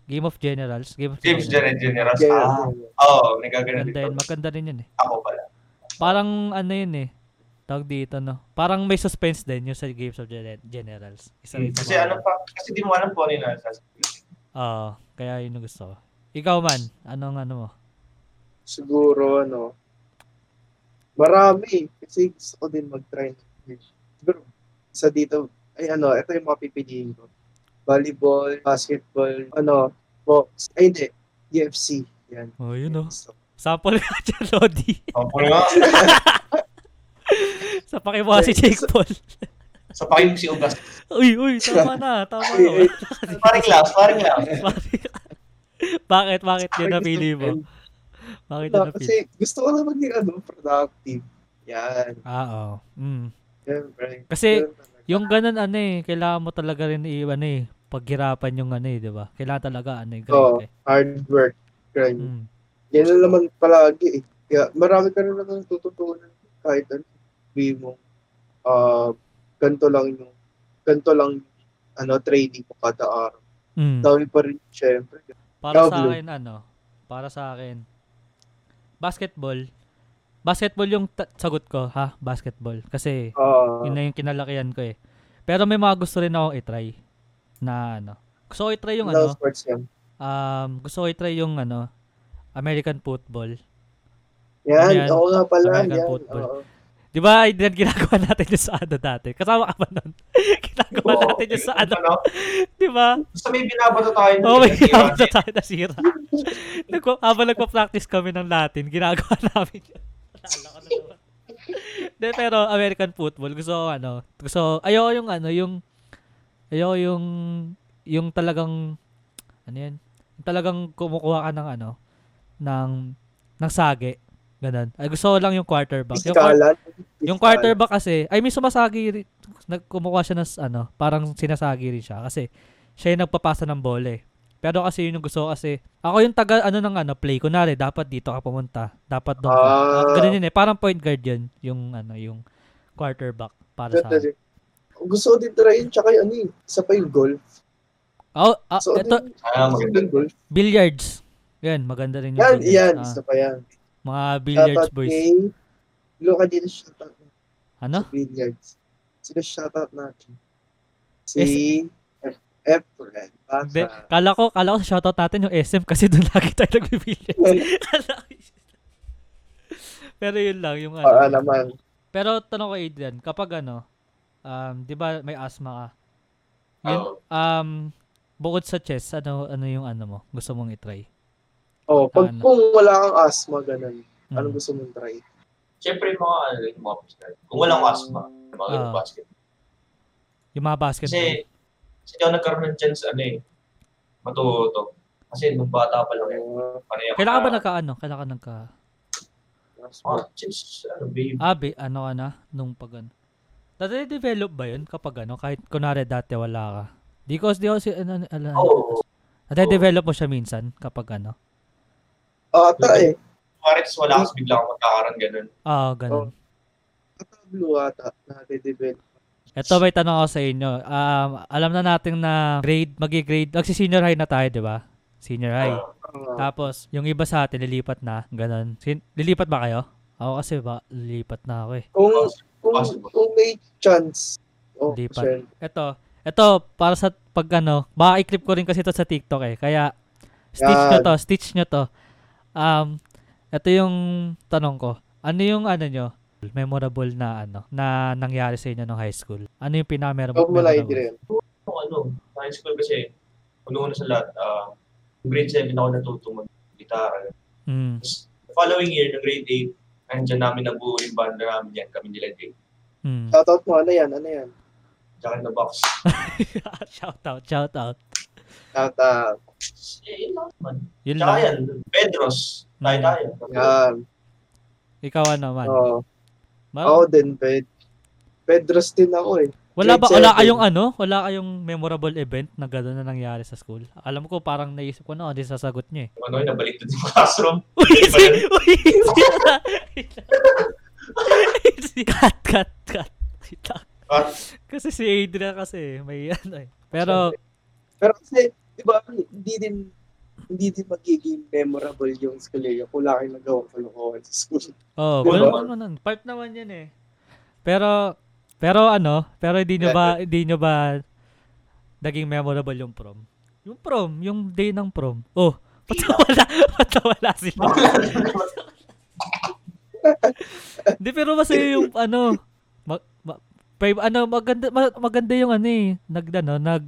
[SPEAKER 1] Game of Generals. Game of
[SPEAKER 3] James General Generals. Ah,
[SPEAKER 2] Yeah.
[SPEAKER 3] oo, nagagano
[SPEAKER 1] Maganda
[SPEAKER 3] dito.
[SPEAKER 1] yun. Maganda rin yun eh.
[SPEAKER 3] Ako pala.
[SPEAKER 1] Parang ano yun eh. Tawag dito no. Parang may suspense din yung sa Games of Gen- Generals. Isa rin sa
[SPEAKER 3] Kasi
[SPEAKER 1] mga-
[SPEAKER 3] ano pa, kasi di mo alam po ano yung nasasabi.
[SPEAKER 1] Oo. kaya yun yung gusto ko. Ikaw man, anong ano mo?
[SPEAKER 2] Siguro, ano, marami. Kasi gusto ko din mag-try. Siguro, isa dito, ay ano, ito yung mga pipiliin ko. Volleyball, basketball, ano, box. Ay, hindi. UFC. Yan.
[SPEAKER 1] Oh, yun oh.
[SPEAKER 2] Gusto ko.
[SPEAKER 1] Sample ka [laughs] dyan, Lodi.
[SPEAKER 3] Ang puno nga,
[SPEAKER 1] sa pakibuha si Jake Paul.
[SPEAKER 3] sa pakin si Ugas.
[SPEAKER 1] [laughs] uy, uy, tama na. Tama
[SPEAKER 2] Ay,
[SPEAKER 1] na.
[SPEAKER 2] ay,
[SPEAKER 3] Parang last, parang last.
[SPEAKER 1] [laughs] bakit, bakit yun napili
[SPEAKER 2] gusto ko
[SPEAKER 1] mo? Bakit yun
[SPEAKER 2] Wala,
[SPEAKER 1] napili?
[SPEAKER 2] kasi gusto ko na maging ano, productive. Yan.
[SPEAKER 1] Ah, oo. Mm.
[SPEAKER 2] Siyempre.
[SPEAKER 1] Kasi,
[SPEAKER 2] Yun talaga.
[SPEAKER 1] Yung ganun ano eh, kailangan mo talaga rin i ano eh, paghirapan yung ano eh, 'di ba? Kailangan talaga ano eh, grind ka
[SPEAKER 2] Oo.
[SPEAKER 1] eh.
[SPEAKER 2] hard work, grind.
[SPEAKER 1] Mm.
[SPEAKER 2] Yan na naman palagi eh. Kaya marami ka rin naman natututunan kahit ano. Sabi mo, ah, ganito lang yung, ganito lang yung, ano, training mo kada araw.
[SPEAKER 1] Mm.
[SPEAKER 2] Dami pa rin, syempre.
[SPEAKER 1] Para sa
[SPEAKER 2] Pablo.
[SPEAKER 1] akin ano, para sa akin basketball. Basketball yung ta- sagot ko, ha? Basketball kasi
[SPEAKER 2] Ah,
[SPEAKER 1] yun na yung kinalakihan ko eh. Pero may mga gusto rin akong i-try na ano. Gusto ko i-try yung ano,
[SPEAKER 2] love sports yan.
[SPEAKER 1] um, gusto ko i-try yung ano, American football.
[SPEAKER 2] Yan,
[SPEAKER 1] Ano yan?
[SPEAKER 2] ako nga pala,
[SPEAKER 1] American
[SPEAKER 2] yan.
[SPEAKER 1] football.
[SPEAKER 2] oo.
[SPEAKER 1] Di ba, Adrian, ginagawa [laughs] natin yung sa ano dati? Kasama ka ba nun? [laughs] ginagawa
[SPEAKER 3] Oo,
[SPEAKER 1] natin yung sa ano,
[SPEAKER 3] ano?
[SPEAKER 1] di ba?
[SPEAKER 3] Basta may binabato tayo. nun.
[SPEAKER 1] Oo, oh, may
[SPEAKER 3] Hindi
[SPEAKER 1] ginagawa
[SPEAKER 3] natin-
[SPEAKER 1] tayo nasira. [laughs] Nagko, habang nagpa-practice kami ng Latin, ginagawa [laughs] namin yun. Naalala ko na naman. Hindi, pero American football, gusto ko ano, gusto, ayoko yung ano, yung, ayoko yung, yung talagang, ano yan, yung talagang kumukuha ka ng ano, ng, ng sage. Ganun. Ay, gusto ko lang yung quarterback. Yung, quar-
[SPEAKER 2] Pisikalan.
[SPEAKER 1] yung
[SPEAKER 2] Pisikalan.
[SPEAKER 1] quarterback kasi, I mean, sumasagi rin, nagkumukuha siya ng, s- ano, parang sinasagi rin siya kasi siya yung nagpapasa ng bola eh. Pero kasi yun yung gusto ko kasi, ako yung taga, ano ng ano, play, kunwari, dapat dito ka pumunta, dapat doon ka.
[SPEAKER 2] Ah.
[SPEAKER 1] Uh, ganun yun eh, parang point guard yun, yung, ano, yung quarterback para sa akin.
[SPEAKER 2] Gusto ko din try yun, tsaka yung ano yun, isa pa yung golf.
[SPEAKER 1] Oh, ah,
[SPEAKER 2] So,
[SPEAKER 1] eto,
[SPEAKER 2] ano yun? Isa pa
[SPEAKER 3] Ah, maganda.
[SPEAKER 2] yung golf.
[SPEAKER 1] billiards. Yan, maganda rin yung
[SPEAKER 2] Yan,
[SPEAKER 1] billiards.
[SPEAKER 2] yan,
[SPEAKER 1] Ah,
[SPEAKER 2] isa pa yan.
[SPEAKER 1] mga billiards
[SPEAKER 2] Shoutout
[SPEAKER 1] boys.
[SPEAKER 2] kay Luca din ang shoutout na
[SPEAKER 1] Ano?
[SPEAKER 2] sa billiards. Sino shoutout natin? Si F. F. Ren.
[SPEAKER 1] Hindi.
[SPEAKER 2] Bata.
[SPEAKER 1] Kala ko, kala ko shoutout natin yung SM kasi doon [laughs] lagi tayo nagbibilliards. Kala ko- [laughs] Pero yun lang yung ano.
[SPEAKER 2] Para naman.
[SPEAKER 1] Pero tanong ko Adrian, kapag ano, um, 'di ba may asthma ka? Yun,
[SPEAKER 3] Oo.
[SPEAKER 1] um, bukod sa chess, ano ano yung ano mo? Gusto mong itry?
[SPEAKER 2] Oh, pag
[SPEAKER 1] Ano?
[SPEAKER 2] kung wala kang asthma, ganun.
[SPEAKER 1] Mm.
[SPEAKER 2] Anong gusto mong try?
[SPEAKER 3] Siyempre, yung mga, ano, yung mga physical. Kung walang asthma, yung mga
[SPEAKER 1] Ah.
[SPEAKER 3] uh, basket.
[SPEAKER 1] Yung mga basketball.
[SPEAKER 3] Kasi, kasi ako nagkaroon ng chance, ano eh, matuto. Kasi nung bata pa lang yun,
[SPEAKER 2] Uh,
[SPEAKER 3] pareho.
[SPEAKER 1] Kailan ka ba nagkaano? Kailan ka nagka
[SPEAKER 3] Oh,
[SPEAKER 2] asthma.
[SPEAKER 3] chess, ano, babe.
[SPEAKER 1] Abi, ano ka na nung pag ano? Dati develop ba 'yun kapag ano kahit kunwari dati wala ka? Di ko di ko si ano ala.
[SPEAKER 3] Oo.
[SPEAKER 1] develop mo siya minsan kapag ano.
[SPEAKER 2] Ah, try.
[SPEAKER 3] Parents wala kasi bigla akong magkakaroon ganun.
[SPEAKER 1] Ah, ganun.
[SPEAKER 2] Tablo ata na de-develop.
[SPEAKER 1] Ito may tanong ako sa inyo. Um, alam na natin na grade, magi-grade, magsi-senior high na tayo, di ba? Senior high.
[SPEAKER 3] Ah,
[SPEAKER 2] Ah,
[SPEAKER 1] Tapos, yung iba sa atin, lilipat na. Ganon. Sin- lilipat ba kayo? Ako kasi ba, lilipat na ako eh.
[SPEAKER 2] kung, kung,
[SPEAKER 3] possible.
[SPEAKER 2] kung may chance, oh,
[SPEAKER 1] Hindi pa.
[SPEAKER 2] syempre.
[SPEAKER 1] Eto, eto, para sa pag ano, baka i-clip ko rin kasi ito sa TikTok eh. Kaya, stitch nyo
[SPEAKER 2] Yan.
[SPEAKER 1] to, stitch nyo to. Um, ito yung tanong ko. Ano yung ano nyo, memorable na ano, na nangyari sa inyo nung high school? Ano yung pinaka-memorable?
[SPEAKER 2] Ako wala yung rin.
[SPEAKER 3] Yung ano, sa high school kasi, una-una sa lahat, ah, yung grade 7 ako natuto mag-gitara.
[SPEAKER 1] Mm.
[SPEAKER 3] Tapos, the following year, ng grade 8, andyan namin nabuo yung banda namin yan, kami nila Dave.
[SPEAKER 1] Mm.
[SPEAKER 2] Shoutout mo, ano yan, ano yan?
[SPEAKER 3] Jack in the Box.
[SPEAKER 1] [laughs] shout out, shout out.
[SPEAKER 2] Shoutout.
[SPEAKER 3] Eh, yun lang naman.
[SPEAKER 1] Yun
[SPEAKER 3] Tsaka
[SPEAKER 1] lang.
[SPEAKER 3] yan, Pedros. Tayo
[SPEAKER 1] Mm.
[SPEAKER 3] tayo.
[SPEAKER 2] Yan. Oh.
[SPEAKER 1] Ikaw ano man.
[SPEAKER 3] Oh.
[SPEAKER 2] Oo.
[SPEAKER 1] Ma-
[SPEAKER 2] Ako din, Ped. Pedros din ako eh.
[SPEAKER 1] wala ba
[SPEAKER 2] grade
[SPEAKER 1] wala
[SPEAKER 2] seven.
[SPEAKER 1] kayong ano? Wala kayong memorable event na gano'n na nangyari sa school? Alam ko parang naisip ko na, hindi sasagot
[SPEAKER 3] [laughs]
[SPEAKER 1] niyo eh.
[SPEAKER 3] Ano yun, nabalik doon yung classroom.
[SPEAKER 1] Uy,
[SPEAKER 3] Iba yun.
[SPEAKER 1] uy, [laughs] cut, cut, cut.
[SPEAKER 3] Ah,
[SPEAKER 1] Kasi si Adria kasi may ano eh. Pero
[SPEAKER 2] Pero kasi, di ba, hindi din hindi din magiging memorable yung school eh. Kung wala kang nagawang kalokohan sa school.
[SPEAKER 1] Oh, wala
[SPEAKER 2] Diba?
[SPEAKER 1] naman nun. Pipe naman 'yan eh. Pero pero ano, pero hindi nyo ba hindi nyo ba naging memorable yung prom? Yung prom, yung day ng prom. Oh, [laughs] patawala, patawala sila.
[SPEAKER 2] [laughs]
[SPEAKER 1] Hindi, pero masaya yung ano, mag, ma- pa- ano, maganda, ma- maganda yung ano eh, nag, ano, [laughs] nag,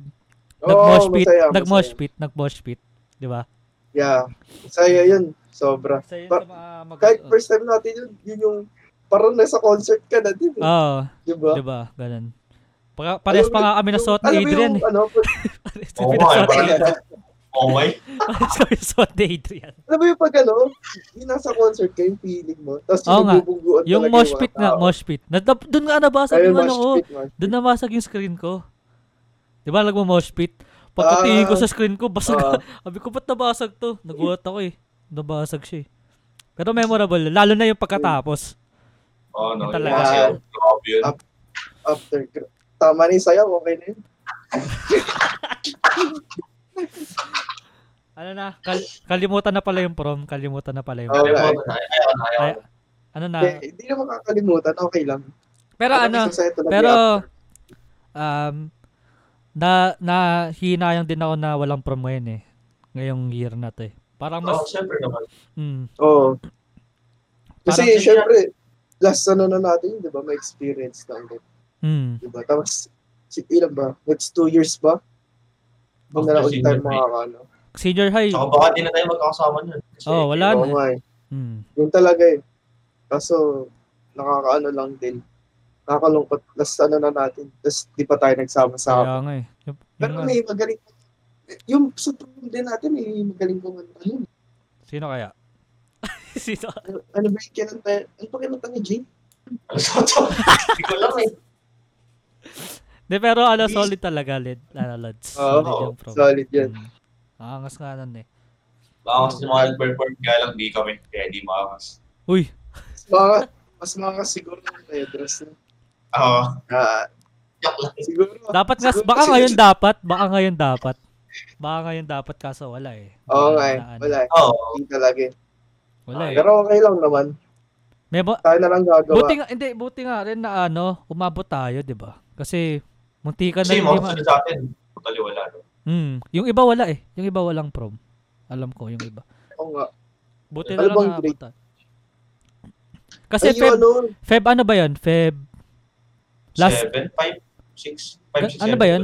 [SPEAKER 1] nag-mosh pit,
[SPEAKER 2] masaya,
[SPEAKER 1] nag-mosh
[SPEAKER 2] masaya.
[SPEAKER 1] pit, nag-mosh pit, di ba?
[SPEAKER 2] Yeah. Masaya yun. Sobra.
[SPEAKER 1] Masaya
[SPEAKER 2] Pa-
[SPEAKER 1] sa mga mag-
[SPEAKER 2] Kahit first time natin yun, yun yung parang nasa concert ka na din. eh.
[SPEAKER 1] Oo.
[SPEAKER 2] di ba?
[SPEAKER 1] Diba? Ganun. Para, pares
[SPEAKER 2] Alam
[SPEAKER 1] pa
[SPEAKER 2] mo-
[SPEAKER 1] nga kami na suot ni
[SPEAKER 2] alam mo
[SPEAKER 1] Adrian
[SPEAKER 2] [laughs] yung,
[SPEAKER 1] eh.
[SPEAKER 2] Ano,
[SPEAKER 1] Pares
[SPEAKER 3] Oo
[SPEAKER 1] kami na suot ni
[SPEAKER 3] nga, parang-
[SPEAKER 1] Adrian.
[SPEAKER 3] oh my.
[SPEAKER 1] Pares kami na suot ni Adrian.
[SPEAKER 2] alam mo yung pag ano, yung nasa concert ka, yung feeling mo, tapos
[SPEAKER 1] Oo nga.
[SPEAKER 2] binubungguan
[SPEAKER 1] Yung
[SPEAKER 2] talaga
[SPEAKER 1] mosh
[SPEAKER 2] mga
[SPEAKER 1] pit nga,
[SPEAKER 2] tao.
[SPEAKER 1] mosh pit. Na, na- doon nga nabasag
[SPEAKER 2] Ayun,
[SPEAKER 1] yung ano
[SPEAKER 2] mosh
[SPEAKER 1] ko.
[SPEAKER 2] pit, mosh pit.
[SPEAKER 1] Doon nabasag yung screen ko. Diba nagmo mosh pit? Pagkatingin ko
[SPEAKER 2] Ah.
[SPEAKER 1] sa screen ko, basag.
[SPEAKER 2] Ah.
[SPEAKER 1] [laughs] Sabi ko, ba't nabasag to? Nagulat ako eh. Nabasag siya eh. Pero memorable. Lalo na yung pagkatapos.
[SPEAKER 3] Oh, no.
[SPEAKER 1] Talaga.
[SPEAKER 3] Talaga. Kasi, grabe yun.
[SPEAKER 2] Ah. after gra- tama ni sayo okay na yun
[SPEAKER 1] Ano na? Kal- kalimutan na pala yung prom. Kalimutan na pala yung
[SPEAKER 2] Oo
[SPEAKER 1] prom.
[SPEAKER 3] Ayaw
[SPEAKER 2] nga.
[SPEAKER 3] ko na, ayaw ko na, ayaw ko na.
[SPEAKER 1] Ano na?
[SPEAKER 2] Eh, hindi na makakalimutan okay lang
[SPEAKER 1] Pero ano?
[SPEAKER 2] Sa ito lang
[SPEAKER 1] Pero
[SPEAKER 2] yung
[SPEAKER 1] um na nahinayang din ako na walang prom ngayon eh. Ngayong year na 'to eh. Parang mas
[SPEAKER 3] Oh, siyempre naman.
[SPEAKER 1] mm,
[SPEAKER 2] after. oo kasi
[SPEAKER 1] Parang-
[SPEAKER 2] syempre last ano na natin yun, di ba may experience na ulit
[SPEAKER 1] mm.
[SPEAKER 2] di ba tapos si, ilan ba next two years ba Hindi na lang
[SPEAKER 3] After
[SPEAKER 2] ulit tayo
[SPEAKER 3] senior high.
[SPEAKER 2] makakano
[SPEAKER 1] senior high.
[SPEAKER 2] Oh,
[SPEAKER 3] Tsaka baka di na tayo magkakasama nun. Kasi,
[SPEAKER 1] Oh, wala
[SPEAKER 2] oo
[SPEAKER 1] na.
[SPEAKER 2] nga eh.
[SPEAKER 1] Mm.
[SPEAKER 2] yun talaga eh kaso nakakaano lang din nakakalungkot last ano na natin tapos di pa tayo nagsama-sama
[SPEAKER 1] Kaya nga eh. Yung, yung,
[SPEAKER 2] Oh. Pero may magaling yung sa prom din natin, may magaling kumanta. Ano,
[SPEAKER 1] sino kaya? [laughs] sino?
[SPEAKER 2] ano ba yung kinanta? Ano pa kinanta ni Jay?
[SPEAKER 3] Alas otso. Hindi ko alam eh.
[SPEAKER 1] De, pero ano,
[SPEAKER 3] Please.
[SPEAKER 1] solid talaga, lid, ano, lads.
[SPEAKER 2] Oo,
[SPEAKER 1] solid yung prom.
[SPEAKER 2] Solid yan.
[SPEAKER 1] Mm. Angas nga nun eh.
[SPEAKER 3] Bakas yung mga nag-perform kaya lang di kami. Kaya di maakas.
[SPEAKER 1] Uy,
[SPEAKER 2] Mas mga, mas mga siguro na tayo dress na.
[SPEAKER 3] Oo.
[SPEAKER 2] Ah,
[SPEAKER 3] Joke lang.
[SPEAKER 2] siguro.
[SPEAKER 1] dapat nga,
[SPEAKER 2] Oh, siguro
[SPEAKER 1] baka
[SPEAKER 2] kasi-
[SPEAKER 1] ngayon dapat, baka ngayon dapat. Baka ngayon dapat kaso wala eh.
[SPEAKER 2] Oo
[SPEAKER 1] Wala
[SPEAKER 2] nga eh.
[SPEAKER 1] na, ano.
[SPEAKER 2] Wala. eh.
[SPEAKER 3] Oo.
[SPEAKER 2] Hindi talaga eh.
[SPEAKER 1] Wala eh.
[SPEAKER 2] Pero okay lang naman.
[SPEAKER 1] Memo,
[SPEAKER 2] Tayo na lang gagawa.
[SPEAKER 1] Buti nga, hindi, buti nga rin na ano, umabot tayo, di ba? Kasi, munti ka na rin,
[SPEAKER 3] Kasi yung
[SPEAKER 2] oh.
[SPEAKER 3] mga
[SPEAKER 1] di ma-
[SPEAKER 3] kasunod sa atin, totally wala. No?
[SPEAKER 1] Mm, yung iba wala eh. Yung iba walang prom. Alam ko, yung iba.
[SPEAKER 2] Oo nga.
[SPEAKER 1] Buti
[SPEAKER 2] Ano
[SPEAKER 1] na lang
[SPEAKER 2] bang
[SPEAKER 1] naabot tayo. Kasi
[SPEAKER 2] Ay, yung
[SPEAKER 1] Feb,
[SPEAKER 2] ano,
[SPEAKER 1] Feb ano ba yun? Feb, Last-
[SPEAKER 3] Seven, five, six, five, six,
[SPEAKER 1] ano ba
[SPEAKER 3] seven.
[SPEAKER 1] yun?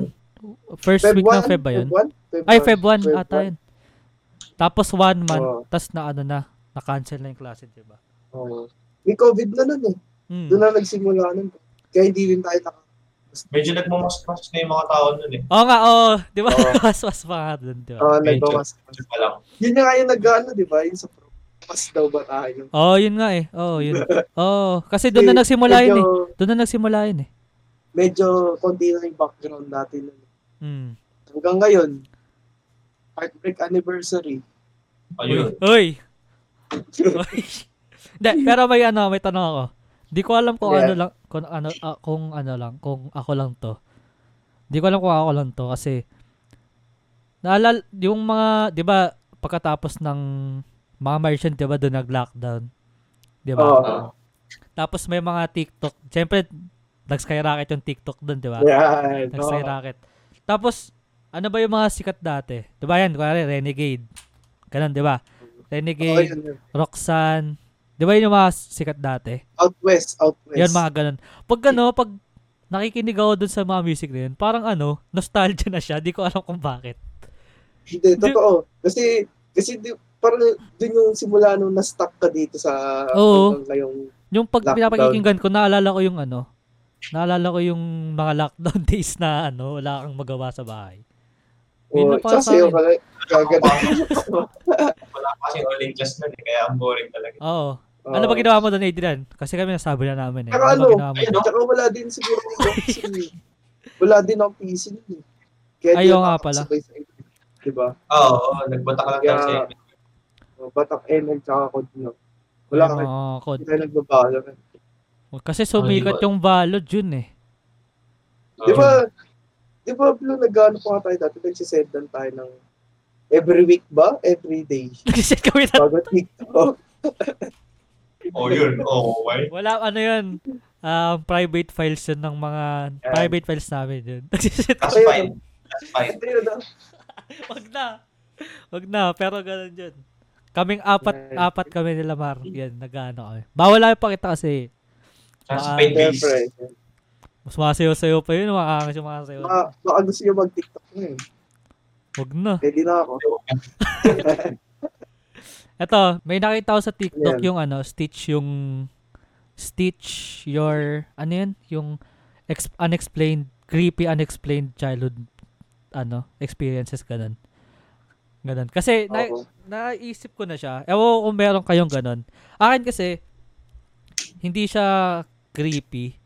[SPEAKER 1] First
[SPEAKER 2] Feb
[SPEAKER 1] week ng
[SPEAKER 2] 1,
[SPEAKER 1] Feb ba yun?
[SPEAKER 2] Feb 1? Feb
[SPEAKER 1] Ay,
[SPEAKER 2] 1,
[SPEAKER 1] Feb 1
[SPEAKER 2] Feb Oh.
[SPEAKER 1] ata yun. Tapos one month,
[SPEAKER 2] Oo.
[SPEAKER 1] tas na ano na, na-cancel na yung klase, di ba?
[SPEAKER 2] Oo. May COVID na nun eh.
[SPEAKER 1] Hmm.
[SPEAKER 2] Doon na nagsimula nun. Kaya hindi rin tayo naka...
[SPEAKER 3] Medyo nagmamaskas na yung mga tao nun eh.
[SPEAKER 1] Oo nga, oo. Di ba?
[SPEAKER 2] Oo.
[SPEAKER 1] [laughs] Was-was pa nga dun, di ba?
[SPEAKER 2] Uh,
[SPEAKER 3] Medyo.
[SPEAKER 2] nagbamas.
[SPEAKER 3] Medyo pa lang.
[SPEAKER 2] Yun na nga yung nag-ano, di ba? Yung sa pro. Mas daw ba tayo?
[SPEAKER 1] Oo, oh, yun nga eh. Oo, oh,
[SPEAKER 2] [laughs]
[SPEAKER 1] yun. Oo, kasi doon na nagsimula yun eh.
[SPEAKER 2] Medyo-
[SPEAKER 1] Doon na nagsimula yun eh.
[SPEAKER 2] Medyo konti na yung background natin. nun.
[SPEAKER 1] Hmm.
[SPEAKER 2] Hanggang ngayon, heartbreak anniversary.
[SPEAKER 3] Ayun.
[SPEAKER 1] Uy! Uy! [laughs] Hindi, pero may ano, may tanong ako. Di ko alam kung
[SPEAKER 2] Yeah.
[SPEAKER 1] ano lang, kung ano, ah, kung ano lang, kung ako lang to. Di ko alam kung ako lang to kasi naalal, yung mga, di ba, pagkatapos ng mga merchant, di ba, doon nag-lockdown. Di ba?
[SPEAKER 2] Oo.
[SPEAKER 3] Ah,
[SPEAKER 1] Tapos may mga TikTok. Siyempre, nag-skyrocket yung TikTok doon, di ba?
[SPEAKER 2] Yan. oo.
[SPEAKER 1] Nag-skyrocket. Tapos, ano ba yung mga sikat dati? Di ba yan? Kunwari, Renegade. Ganun, di ba?
[SPEAKER 2] Oo,
[SPEAKER 1] Renegade,
[SPEAKER 2] yun, yun.
[SPEAKER 1] Roxanne. Di ba yun yung mga sikat dati?
[SPEAKER 2] Out west, out west.
[SPEAKER 1] Yan, mga ganun. Pag ano, pag nakikinig ako dun sa mga music na yun, parang ano, nostalgia na siya. Di ko alam kung bakit.
[SPEAKER 2] Hindi, totoo. Kasi, kasi di, parang dun yung simula nung na-stuck ka dito sa
[SPEAKER 1] Oo.
[SPEAKER 2] hanggang ngayong
[SPEAKER 1] Yung pag
[SPEAKER 2] Lockdown.
[SPEAKER 1] pinapakikinggan ko, naalala ko yung ano, naalala ko yung mga lockdown [laughs] days na ano, wala kang magawa sa bahay. Yun na
[SPEAKER 2] Oh,
[SPEAKER 1] para
[SPEAKER 2] tsaka
[SPEAKER 1] sa
[SPEAKER 2] sa'yo
[SPEAKER 1] akin.
[SPEAKER 2] pala, gaganda.
[SPEAKER 3] Wala kasi online class nun eh. Kaya ang boring talaga.
[SPEAKER 1] Oo. [laughs] Ano ba ginawa mo doon, Adrian? Kasi kami nasabi na namin eh.
[SPEAKER 2] Pero
[SPEAKER 1] ano
[SPEAKER 2] ano,
[SPEAKER 1] ba ginawa mo?
[SPEAKER 3] ayun,
[SPEAKER 1] doon?
[SPEAKER 2] Tsaka wala din siguro
[SPEAKER 1] [laughs]
[SPEAKER 2] yung PC. wala din ang PC nun eh. Kaya di
[SPEAKER 1] Ayaw
[SPEAKER 2] ako
[SPEAKER 1] nga pala.
[SPEAKER 2] makakasabay sa inyo. Diba?
[SPEAKER 3] Oo, oo, nagbatak lang tayo sa
[SPEAKER 2] Yeah.
[SPEAKER 3] inyo.
[SPEAKER 2] Oh, Batak ML tsaka code no. Wala
[SPEAKER 1] Yung
[SPEAKER 2] ka.
[SPEAKER 1] mga kod.
[SPEAKER 2] Hindi tayo nagbabala.
[SPEAKER 1] Kasi sumikat
[SPEAKER 3] Ayun.
[SPEAKER 1] yung Valod yun
[SPEAKER 2] [laughs]
[SPEAKER 1] eh.
[SPEAKER 3] Oo.
[SPEAKER 2] Di ba, di ba, Blue, nag-ano pa nga tayo dati, nagsisendan tayo ng every week ba? Every day.
[SPEAKER 1] Nag-set kami na. [laughs]
[SPEAKER 2] Bago TikTok. Oh,
[SPEAKER 3] Oo, yun. Oo, why?
[SPEAKER 1] Wala, ano yun. Um, private files yun ng mga
[SPEAKER 2] Yan.
[SPEAKER 1] private files namin yun. [laughs] Nag-set
[SPEAKER 3] That's
[SPEAKER 2] Ayun.
[SPEAKER 3] fine. That's fine.
[SPEAKER 2] Ito yun ah.
[SPEAKER 1] Wag na. Wag na, pero ganun yun. Kaming apat,
[SPEAKER 2] Yan.
[SPEAKER 1] apat kami nila Mar. Yan, nag-ano kami. Bawal lang pakita kasi.
[SPEAKER 3] That's
[SPEAKER 1] Ah,
[SPEAKER 3] fine, please.
[SPEAKER 2] Siyempre.
[SPEAKER 1] Mas masayo-sayo pa yun. Makakangas yung mga sayo.
[SPEAKER 2] Baka, baka gusto nyo mag-TikTok ngayon.
[SPEAKER 1] Wag na.
[SPEAKER 2] Pwede na ako.
[SPEAKER 1] Eto, may nakita ko sa TikTok
[SPEAKER 2] Ayan.
[SPEAKER 1] yung ano, Stitch yung Stitch your ano yun? Yung ex- unexplained creepy unexplained childhood ano, experiences ganun. Ganun. Kasi na,
[SPEAKER 2] Oo.
[SPEAKER 1] naisip ko na siya. Ewan ko kung meron kayong ganun. Akin kasi hindi siya creepy.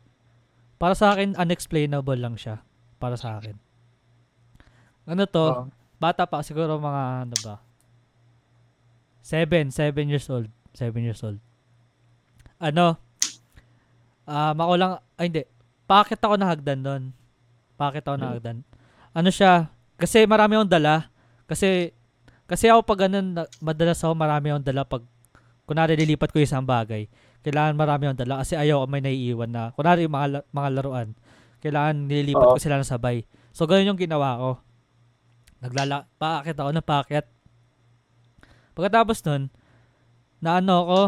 [SPEAKER 1] Para sa akin unexplainable lang siya para sa akin. Ano to?
[SPEAKER 2] Oo.
[SPEAKER 1] bata pa siguro mga ano ba? Seven, seven years old. Seven years old. Ano? Ah, makulang, ay hindi. Pakit ako na hagdan doon. Pakit ako na hagdan. Ano siya? Kasi marami akong dala. Kasi, kasi ako pag ganun, na- madalas ako marami akong dala pag, kunwari lilipat ko yung isang bagay. Kailangan marami akong dala kasi ayaw may naiiwan na. Kunwari yung mga, la- mga laruan. Kailangan nililipat
[SPEAKER 2] Oo.
[SPEAKER 1] ko sila ng sabay. So, ganun yung ginawa ko. Naglala, paakit ako ng paakit. Pagkatapos nun, na ano ako,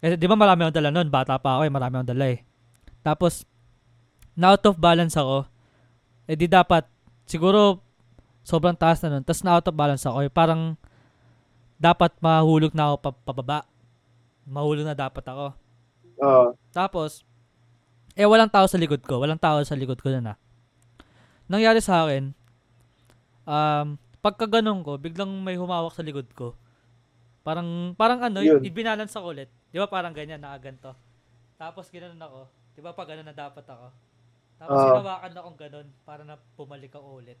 [SPEAKER 1] kasi di ba marami akong dala nun, bata pa ako eh, marami akong dala eh. Tapos, na out of balance ako, eh di dapat, siguro, sobrang taas na nun, tapos na out of balance ako eh, parang, dapat mahulog na ako pa- pababa. Mahulog na dapat ako.
[SPEAKER 2] Oo.
[SPEAKER 1] Tapos, eh walang tao sa likod ko. Walang tao sa likod ko na na. Nangyari sa akin, um, pagka ganun ko, biglang may humawak sa likod ko. Parang, parang ano,
[SPEAKER 2] Yun.
[SPEAKER 1] ibinalance ako ulit. Di ba parang ganyan, nakaganto. Tapos ginanon ako. Di ba pag ganun na dapat ako. Tapos
[SPEAKER 2] Ah.
[SPEAKER 1] hinawakan akong ganun para na pumalik ako ulit.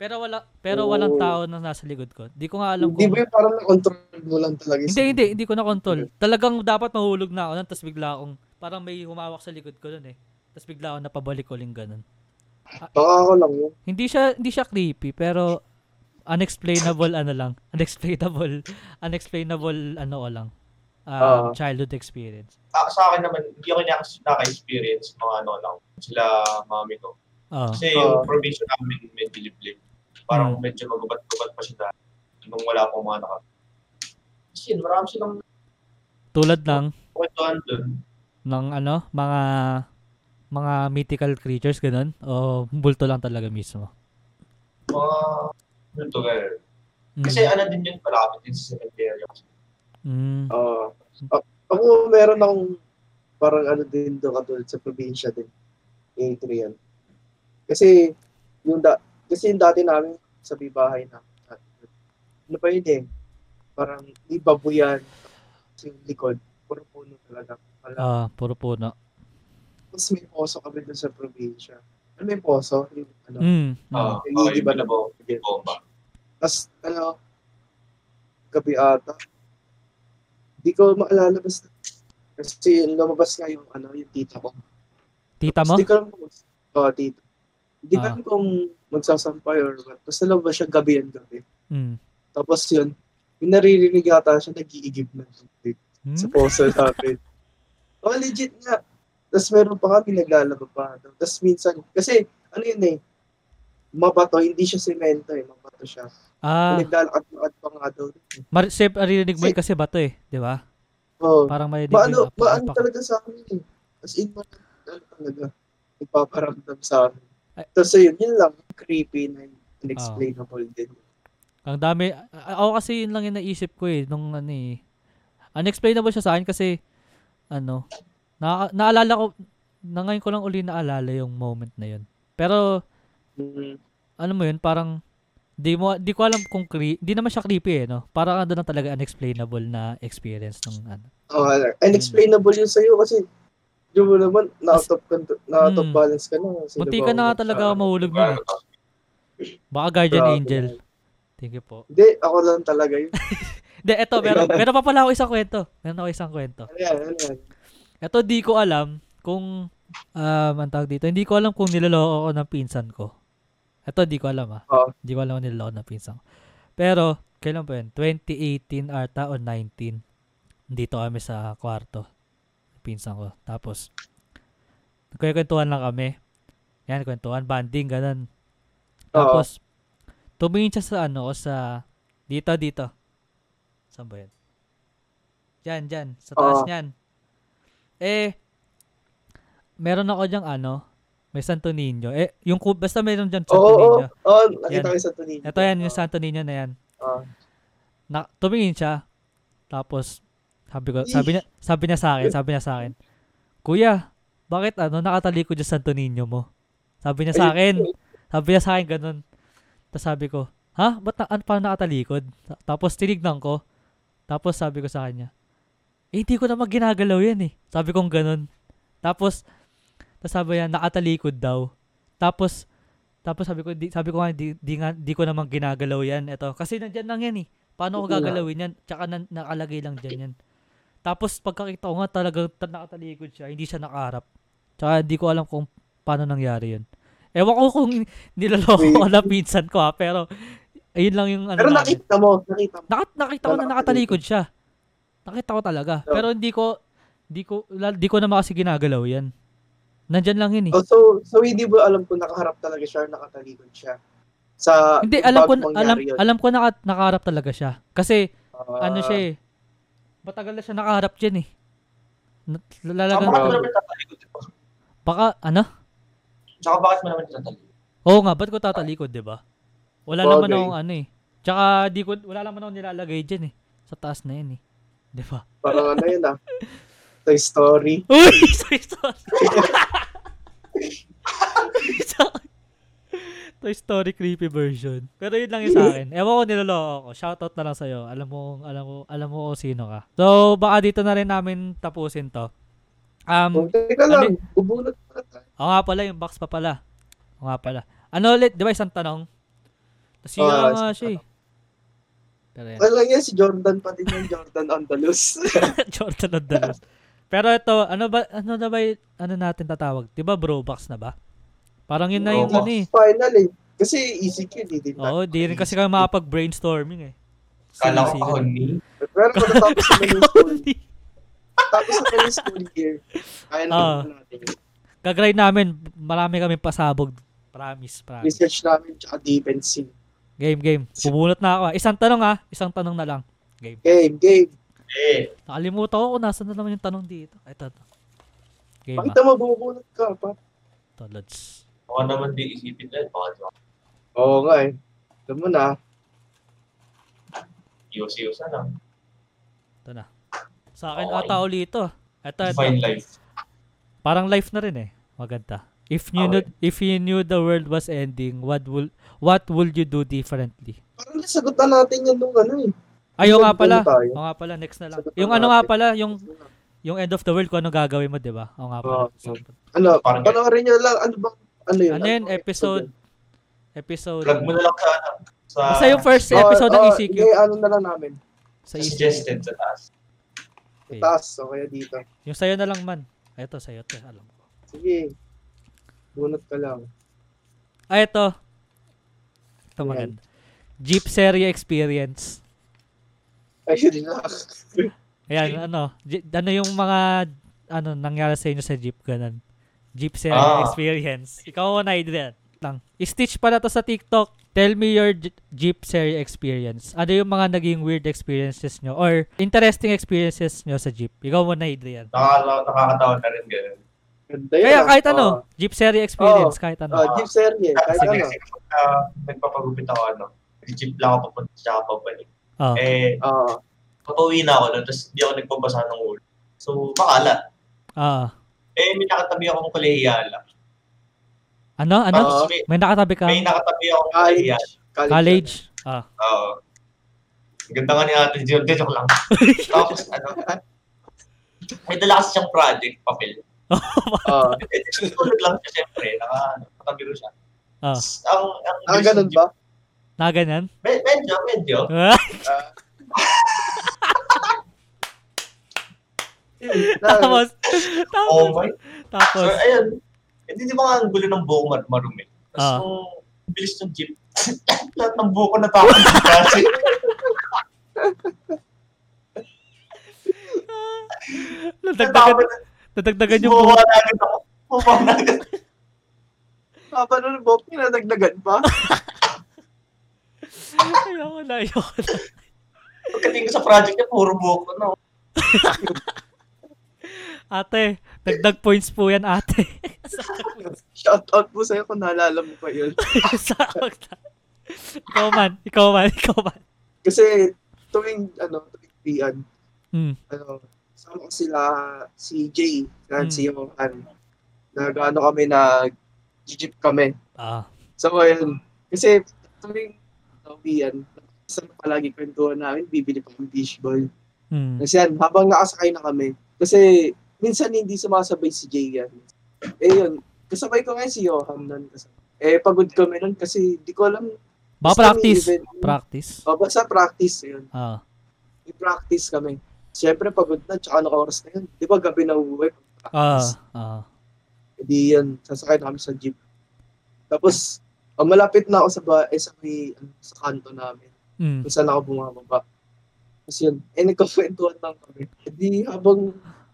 [SPEAKER 1] Pero wala pero walang
[SPEAKER 2] Oh.
[SPEAKER 1] tao na nasa likod ko. Di ko nga alam
[SPEAKER 2] Hindi
[SPEAKER 1] kung
[SPEAKER 2] ba yung parang na-control mo lang talaga?
[SPEAKER 1] hindi, hindi, hindi ko na control. Talagang dapat mahulog na ako nun, tapos bigla akong, parang may humawak sa likod ko nun eh. Tapos bigla akong napabalik uling ganun.
[SPEAKER 2] Baka ako lang yun.
[SPEAKER 1] Hindi siya, hindi siya creepy, pero unexplainable ano lang. [laughs] Unexplainable, unexplainable ano ko lang. Um,
[SPEAKER 2] Oo.
[SPEAKER 1] childhood experience.
[SPEAKER 3] Ah, sa akin naman, hindi ako naka- naka-experience mga ano lang. Sila, mami ko.
[SPEAKER 1] Oo.
[SPEAKER 3] Kasi
[SPEAKER 2] Oo.
[SPEAKER 3] yung provision namin may bilib-lib. Parang medyo magubat-gubat pa siya dahil nung wala akong mga naka. Kasi yun, marami silang
[SPEAKER 1] Tulad ng,
[SPEAKER 3] kwentuhan dun.
[SPEAKER 1] ng ano, mga mga mythical creatures ganun o bulto lang talaga mismo.
[SPEAKER 3] Mga multo ganun.
[SPEAKER 1] Mm.
[SPEAKER 3] Kasi ano din yun, malapit din sa cemetery.
[SPEAKER 1] Mm.
[SPEAKER 2] Oo. A- ako, meron akong parang ano din doon katulad sa probinsya din. Atrian. Kasi, yung da kasi yung dati namin sa may bahay na ano pa yun eh, parang di babuyan sa yung likod. Puro puno talaga. Wala.
[SPEAKER 1] Ah, puro puno.
[SPEAKER 2] Tapos may poso kami doon sa probinsya. Ano may poso? Yung, ano,
[SPEAKER 1] Mm. mm.
[SPEAKER 2] Yung
[SPEAKER 3] Oo, oo,
[SPEAKER 2] hindi
[SPEAKER 3] yung
[SPEAKER 2] ba-
[SPEAKER 3] binabaw, yung bomba.
[SPEAKER 2] Tapos, ano, gabi ata. Di ko maalala basta. Kasi lumabas nga yung, ano, yung tita ko.
[SPEAKER 1] Tita mo?
[SPEAKER 2] Hindi ko alam kung, oh, tita. Hindi ko
[SPEAKER 1] Ah.
[SPEAKER 2] alam kung magsasampay or what. Basta lumabas siya gabi and gabi.
[SPEAKER 1] Mm.
[SPEAKER 2] Tapos yun, yung naririnig yata siya, nag-iigib ng tubig
[SPEAKER 1] Mm.
[SPEAKER 2] sa poso
[SPEAKER 1] [laughs]
[SPEAKER 2] namin. oh, legit nga. Tapos meron pa kami naglalaba pa. Tapos minsan, kasi, ano yun eh, mabato, hindi siya semento eh, mabato siya.
[SPEAKER 1] Ah,
[SPEAKER 2] Naglalakad-lakad pa nga daw. eh.
[SPEAKER 1] mar- safe arinig mo yun
[SPEAKER 2] Safe.
[SPEAKER 1] kasi bato eh, 'di ba?
[SPEAKER 2] Oh,
[SPEAKER 1] Parang may
[SPEAKER 2] maano, maano talaga sa amin eh. As in, maano ano talaga. Ipaparamdam sa amin.
[SPEAKER 1] Ay-
[SPEAKER 2] Tapos ayun, yun lang. Creepy na yun. unexplainable din.
[SPEAKER 1] Ang dami. a- Ako kasi yun lang yung naisip ko eh. Nung ano eh. Unexplainable siya sa akin kasi ano. Na, naalala ko. Na ngayon ko lang uli naalala yung moment na yun. Pero
[SPEAKER 2] Mm,
[SPEAKER 1] ano mo yun parang di mo di ko alam kung cre- di naman siya creepy eh no. Parang ano lang talaga unexplainable na experience nung ano.
[SPEAKER 2] oh, ala- unexplainable yun sa'yo kasi di mo naman, na-out of, control, na-out of
[SPEAKER 1] Mm.
[SPEAKER 2] balance ka na. eh, Sino
[SPEAKER 1] Munti
[SPEAKER 2] ba
[SPEAKER 1] ka
[SPEAKER 2] ang
[SPEAKER 1] na nga talaga
[SPEAKER 2] magsa-
[SPEAKER 1] mahulog nun. eh. Baka guardian
[SPEAKER 2] Grabe
[SPEAKER 1] angel.
[SPEAKER 2] na.
[SPEAKER 1] Thank you po.
[SPEAKER 2] Hindi, ako lang talaga yun.
[SPEAKER 1] De, eto,
[SPEAKER 2] [laughs]
[SPEAKER 1] meron, meron pa pala ako isang kwento. Meron ako isang kwento.
[SPEAKER 2] Ano yan, ano yan.
[SPEAKER 1] Eto, di ko alam kung, um, ang tawag dito, hindi ko alam kung niloloko ako ng pinsan ko. Eto, di ko alam ah.
[SPEAKER 2] Oo.
[SPEAKER 1] Di ko alam kung niloloko ng pinsan ko. Pero, kailan pa yun? 2018 ata o 19. Dito kami sa kwarto. Pinsan ko. Tapos, nagkwentuhan lang kami. Yan, kwentuhan, banding, ganun. Tapos, tumingin siya sa ano, o sa, dito, dito. Saan ba yun? Diyan, diyan. Sa taas
[SPEAKER 2] Oo.
[SPEAKER 1] niyan. Eh, meron ako diyang ano, may Santo Niño. Eh, yung, ku- basta meron diyang
[SPEAKER 2] Oo,
[SPEAKER 1] Santo
[SPEAKER 2] oo,
[SPEAKER 1] Niño.
[SPEAKER 2] oo, nakita
[SPEAKER 1] Yan.
[SPEAKER 2] ko yung Santo Niño.
[SPEAKER 1] Ito yan, yung
[SPEAKER 2] Oo,
[SPEAKER 1] Santo Niño na yan.
[SPEAKER 2] oo.
[SPEAKER 1] Na, tumingin siya. Tapos, sabi ko, sabi niya, sabi niya sa akin, sabi niya sa akin, Kuya, bakit ano, nakatalikod yung Santo Niño mo? Sabi niya sa akin, sabi niya sa akin ganun. Tapos sabi ko, ha? Ba't na, ano, paano nakatalikod? Ta- Tapos tinignan ko. Tapos sabi ko sa kanya, eh, hindi ko naman ginagalaw yan eh. Sabi kong ganun. Tapos, tapos sabi niya, nakatalikod daw. Tapos, tapos sabi ko, di, sabi ko nga, di, di, nga, di ko naman ginagalaw yan. Ito, kasi nandyan lang yan eh. Paano ko
[SPEAKER 2] Oo nga.
[SPEAKER 1] gagalawin yan? Tsaka nan- nakalagay lang dyan yan. Tapos pagkakita ko nga talagang ta- nakatalikod siya, hindi siya nakaharap. Tsaka hindi ko alam kung paano nangyari yun. Ewan ko kung [laughs] niloloko
[SPEAKER 2] Wait.
[SPEAKER 1] ko na pinsan ko ha, pero ayun lang yung ano
[SPEAKER 2] Pero
[SPEAKER 1] namin.
[SPEAKER 2] nakita mo, nakita mo.
[SPEAKER 1] Nakat- nakita ko na
[SPEAKER 2] Wala ka
[SPEAKER 1] nakatalikod siya. Nakita ko talaga.
[SPEAKER 2] Oh.
[SPEAKER 1] Pero hindi ko, hindi ko, lal- di ko na kasi ginagalaw yan. Nandyan lang yun eh.
[SPEAKER 2] Oh, so, so hindi mo alam kung nakaharap talaga siya or nakatalikod siya. Sa
[SPEAKER 1] hindi, alam ko,
[SPEAKER 2] bago
[SPEAKER 1] na- alam,
[SPEAKER 2] mangyari yun.
[SPEAKER 1] alam ko na nakaharap talaga siya. Kasi,
[SPEAKER 2] Ah,
[SPEAKER 1] ano siya eh, matagal na siya nakaharap dyan eh. Na-
[SPEAKER 3] Tsaka
[SPEAKER 1] Lalagan
[SPEAKER 3] bakit mo
[SPEAKER 1] ko.
[SPEAKER 2] Grabe.
[SPEAKER 3] naman tatalikod? di ba?
[SPEAKER 1] Baka, ano?
[SPEAKER 3] Tsaka bakit mo naman tatalikod?
[SPEAKER 1] Oo nga, ba't ko tatalikod, di ba? Wala naman
[SPEAKER 2] Bagay.
[SPEAKER 1] akong ano eh. Tsaka, di ko, wala naman akong nilalagay dyan eh. Sa taas na yun eh. Di ba?
[SPEAKER 2] Parang ano yun
[SPEAKER 1] [laughs]
[SPEAKER 2] ah. Toy Story.
[SPEAKER 1] Uy! [laughs] Sorry, sorry. Sorry. Toy Story creepy version. Pero yun lang yung sa akin. Ewan ko niloloko ko. Shoutout na lang sa'yo. Alam mo, alam mo, alam mo kung sino ka. So, baka dito na rin namin tapusin to. Um,
[SPEAKER 2] Oh, teka
[SPEAKER 1] Ano
[SPEAKER 2] lang, bubunot pa tayo.
[SPEAKER 1] Oo nga pala, yung box pa pala. Oo nga pala. Ano ulit? Di ba isang tanong? Nasira
[SPEAKER 2] Oo,
[SPEAKER 1] nga
[SPEAKER 2] isang
[SPEAKER 1] siya eh. Pero yan.
[SPEAKER 2] Wala yan, si Jordan pa din yung Jordan
[SPEAKER 1] [laughs]
[SPEAKER 2] Andalus.
[SPEAKER 1] Jordan of the Lost. Pero ito, ano ba, ano na ba, y- ano natin tatawag? Di ba bro box na ba? Parang yun na yung
[SPEAKER 3] Bro box.
[SPEAKER 1] ano eh.
[SPEAKER 2] Finally, kasi easy kill, eh, di ba?
[SPEAKER 1] Oo, di rin kasi kami makapag-brainstorming eh.
[SPEAKER 3] Kala ko
[SPEAKER 1] Sinisigaw.
[SPEAKER 3] kahon ni.
[SPEAKER 1] [laughs]
[SPEAKER 2] Pero matatapos naman yung school,
[SPEAKER 1] Hindi.
[SPEAKER 2] tapos naman yung school year, kaya na
[SPEAKER 1] Ah.
[SPEAKER 2] natin.
[SPEAKER 1] Gagrind namin, marami kami pasabog. Promise, promise.
[SPEAKER 2] Research namin, tsaka defensive.
[SPEAKER 1] Game, game. Pumunot na ako. ah. Isang tanong ah. Isang tanong na lang.
[SPEAKER 2] Game, game.
[SPEAKER 3] Eh,
[SPEAKER 1] Nakalimutan ko kung nasaan na naman yung tanong dito. Ito, ito. Game ah.
[SPEAKER 2] Pakita mo, bumukunot ka pa.
[SPEAKER 1] to, Lods.
[SPEAKER 3] baka naman di isipin na yun. Baka di ba?
[SPEAKER 2] Oo nga eh. Alam mo na,
[SPEAKER 3] Iyos-iyosan lang.
[SPEAKER 1] Ito na. Sa akin
[SPEAKER 3] Okay.
[SPEAKER 1] ata ulit to. Ito, ito.
[SPEAKER 3] Define life.
[SPEAKER 1] Parang life na rin eh. Maganda. If you knew,
[SPEAKER 3] Okay.
[SPEAKER 1] if you knew the world was ending, what would what would you do differently?
[SPEAKER 2] parang nasagutan natin yan nung ano eh.
[SPEAKER 1] Ayo nga pala.
[SPEAKER 2] Ano tayo?
[SPEAKER 1] Oo nga pala, next na lang.
[SPEAKER 2] Sagutan
[SPEAKER 1] Yung ano nga
[SPEAKER 2] natin.
[SPEAKER 1] pala, yung yung end of the world kung ano gagawin mo, 'di ba? Oo nga pala.
[SPEAKER 2] Oo. Ano,
[SPEAKER 3] Parang-
[SPEAKER 2] panoorin nyo lang, ano bang, ano yun?
[SPEAKER 1] Ano yun,
[SPEAKER 2] bang
[SPEAKER 1] episode?
[SPEAKER 2] yun?
[SPEAKER 1] Episode.
[SPEAKER 3] Plug mo na lang sa ano. Sa,
[SPEAKER 1] Basta yung first
[SPEAKER 2] Oo,
[SPEAKER 1] episode ng E
[SPEAKER 2] oo,
[SPEAKER 1] ECQ.
[SPEAKER 2] hindi, ano na lang namin.
[SPEAKER 1] Sa
[SPEAKER 3] sa eh.
[SPEAKER 1] ECQ.
[SPEAKER 3] suggested sa taas.
[SPEAKER 1] Okay.
[SPEAKER 2] Taas, o kaya dito.
[SPEAKER 1] Yung sa'yo na lang man. Ito, sa'yo. Ito, alam ko.
[SPEAKER 2] Sige. Bunot ka lang.
[SPEAKER 1] Ah, ito. Ito
[SPEAKER 2] Ayan.
[SPEAKER 1] maganda. Jeep Serie Experience.
[SPEAKER 2] Ayun na.
[SPEAKER 1] [laughs] Ayan, ano. Je- ano yung mga ano nangyari sa inyo sa Jeep, ganun. Jeep Serie
[SPEAKER 3] Ah.
[SPEAKER 1] Experience. Ikaw na idea lang. Stitch pala to sa TikTok. Tell me your J- Jeep Serie Experience. Ano yung mga naging weird experiences nyo or interesting experiences nyo sa Jeep? Ikaw muna, Adrian.
[SPEAKER 3] Ah, Nakakatawa, nakakatawa na rin ganun.
[SPEAKER 2] Ganda yun.
[SPEAKER 1] Kaya
[SPEAKER 2] ah.
[SPEAKER 1] kahit ano, Jeep Serie Experience, kahit
[SPEAKER 2] Oo, oh,
[SPEAKER 1] ano.
[SPEAKER 2] Jeep Serye, kahit
[SPEAKER 3] Kasi
[SPEAKER 2] ano.
[SPEAKER 3] kasi kapag ah, nagpapagupit ako, ano, jeep lang ako papunta sa pabalik.
[SPEAKER 1] Oh.
[SPEAKER 3] Eh,
[SPEAKER 2] Oo.
[SPEAKER 3] papauwi na ako nun, tapos hindi ako nagpabasa ng ulo. So, bakala.
[SPEAKER 1] Ah.
[SPEAKER 3] Eh, may nakatabi akong kolehiyala.
[SPEAKER 1] Ano? Ano?
[SPEAKER 2] Oo.
[SPEAKER 3] Ah, May,
[SPEAKER 1] May nakatabi ka?
[SPEAKER 3] may nakatabi akong
[SPEAKER 2] College.
[SPEAKER 3] kolehiyala.
[SPEAKER 1] College? Ah.
[SPEAKER 3] Oo. Ang ganda nga ni Ate Jill. Hindi,
[SPEAKER 1] [laughs]
[SPEAKER 3] joke lang. Tapos, ano, may dala kasi siyang project, papel.
[SPEAKER 2] Oo.
[SPEAKER 3] Eh, Tulog lang siya, syempre. Naka, ano, nakatabi ko siya.
[SPEAKER 1] Ah.
[SPEAKER 3] Tapos, Ang, ang,
[SPEAKER 2] Ah, ganun
[SPEAKER 1] [laughs]
[SPEAKER 2] ba?
[SPEAKER 1] Na ganyan?
[SPEAKER 3] Me- Medyo, medyo.
[SPEAKER 1] [laughs] tapos, tapos,
[SPEAKER 3] Oh my So,
[SPEAKER 1] tapos,
[SPEAKER 3] ayun. Hindi di ba nga ang gulo ng buhok mar marumi? Tapos
[SPEAKER 1] Ah.
[SPEAKER 3] nung bilis ng jeep, [coughs] lahat ng buhok ko natapon sa kasi.
[SPEAKER 1] [laughs] nadagdagan, nadagdagan yung buhok.
[SPEAKER 3] buhok. na agad ako. Buhok na agad.
[SPEAKER 2] Haba nun, Bob, pinadagdagan
[SPEAKER 1] [laughs]
[SPEAKER 2] pa.
[SPEAKER 1] Ayoko na, ayoko na.
[SPEAKER 3] Pagdating ko sa project niya, puro buhok ko. No?
[SPEAKER 1] Ate, dagdag points po yan,
[SPEAKER 2] [laughs]
[SPEAKER 1] ate.
[SPEAKER 2] Shout out po sa'yo kung naalala mo pa yun.
[SPEAKER 1] Sakot na. Ikaw man, ikaw man, ikaw man.
[SPEAKER 2] Kasi tuwing, ano, tuwing pian,
[SPEAKER 1] Hmm.
[SPEAKER 2] ano, sama ko sila si Jay,
[SPEAKER 1] Mm.
[SPEAKER 2] at si Johan. Nag-ano kami, nag-jeep kami.
[SPEAKER 1] Ah,
[SPEAKER 2] So, ayun. Kasi tuwing nawian, sa palagi kwentuhan namin, bibili pa ng fishball.
[SPEAKER 1] hmm.
[SPEAKER 2] Kasi yan, habang nakasakay na kami, kasi minsan hindi sumasabay si Jay yan. Eh yun, kasabay ko ngayon si Johan nun. Eh, pagod kami nun kasi di ko alam.
[SPEAKER 1] Ba,
[SPEAKER 2] basta may
[SPEAKER 1] practice.
[SPEAKER 2] event.
[SPEAKER 1] Practice.
[SPEAKER 2] O, basta practice yun.
[SPEAKER 1] Ah,
[SPEAKER 2] May practice kami. Siyempre, pagod na, tsaka ano oras na yun. Di ba gabi na uwi?
[SPEAKER 1] ah,
[SPEAKER 2] practice.
[SPEAKER 1] ah.
[SPEAKER 2] Eh, di yan, sasakay na kami sa jeep. Tapos, ah, malapit na ako sa, ba, eh, sa, may, ano, sa kanto namin.
[SPEAKER 1] Hmm.
[SPEAKER 2] Kung saan ako bumababa. Tapos yun, eh, nagkakwentuhan lang kami. Eh, di habang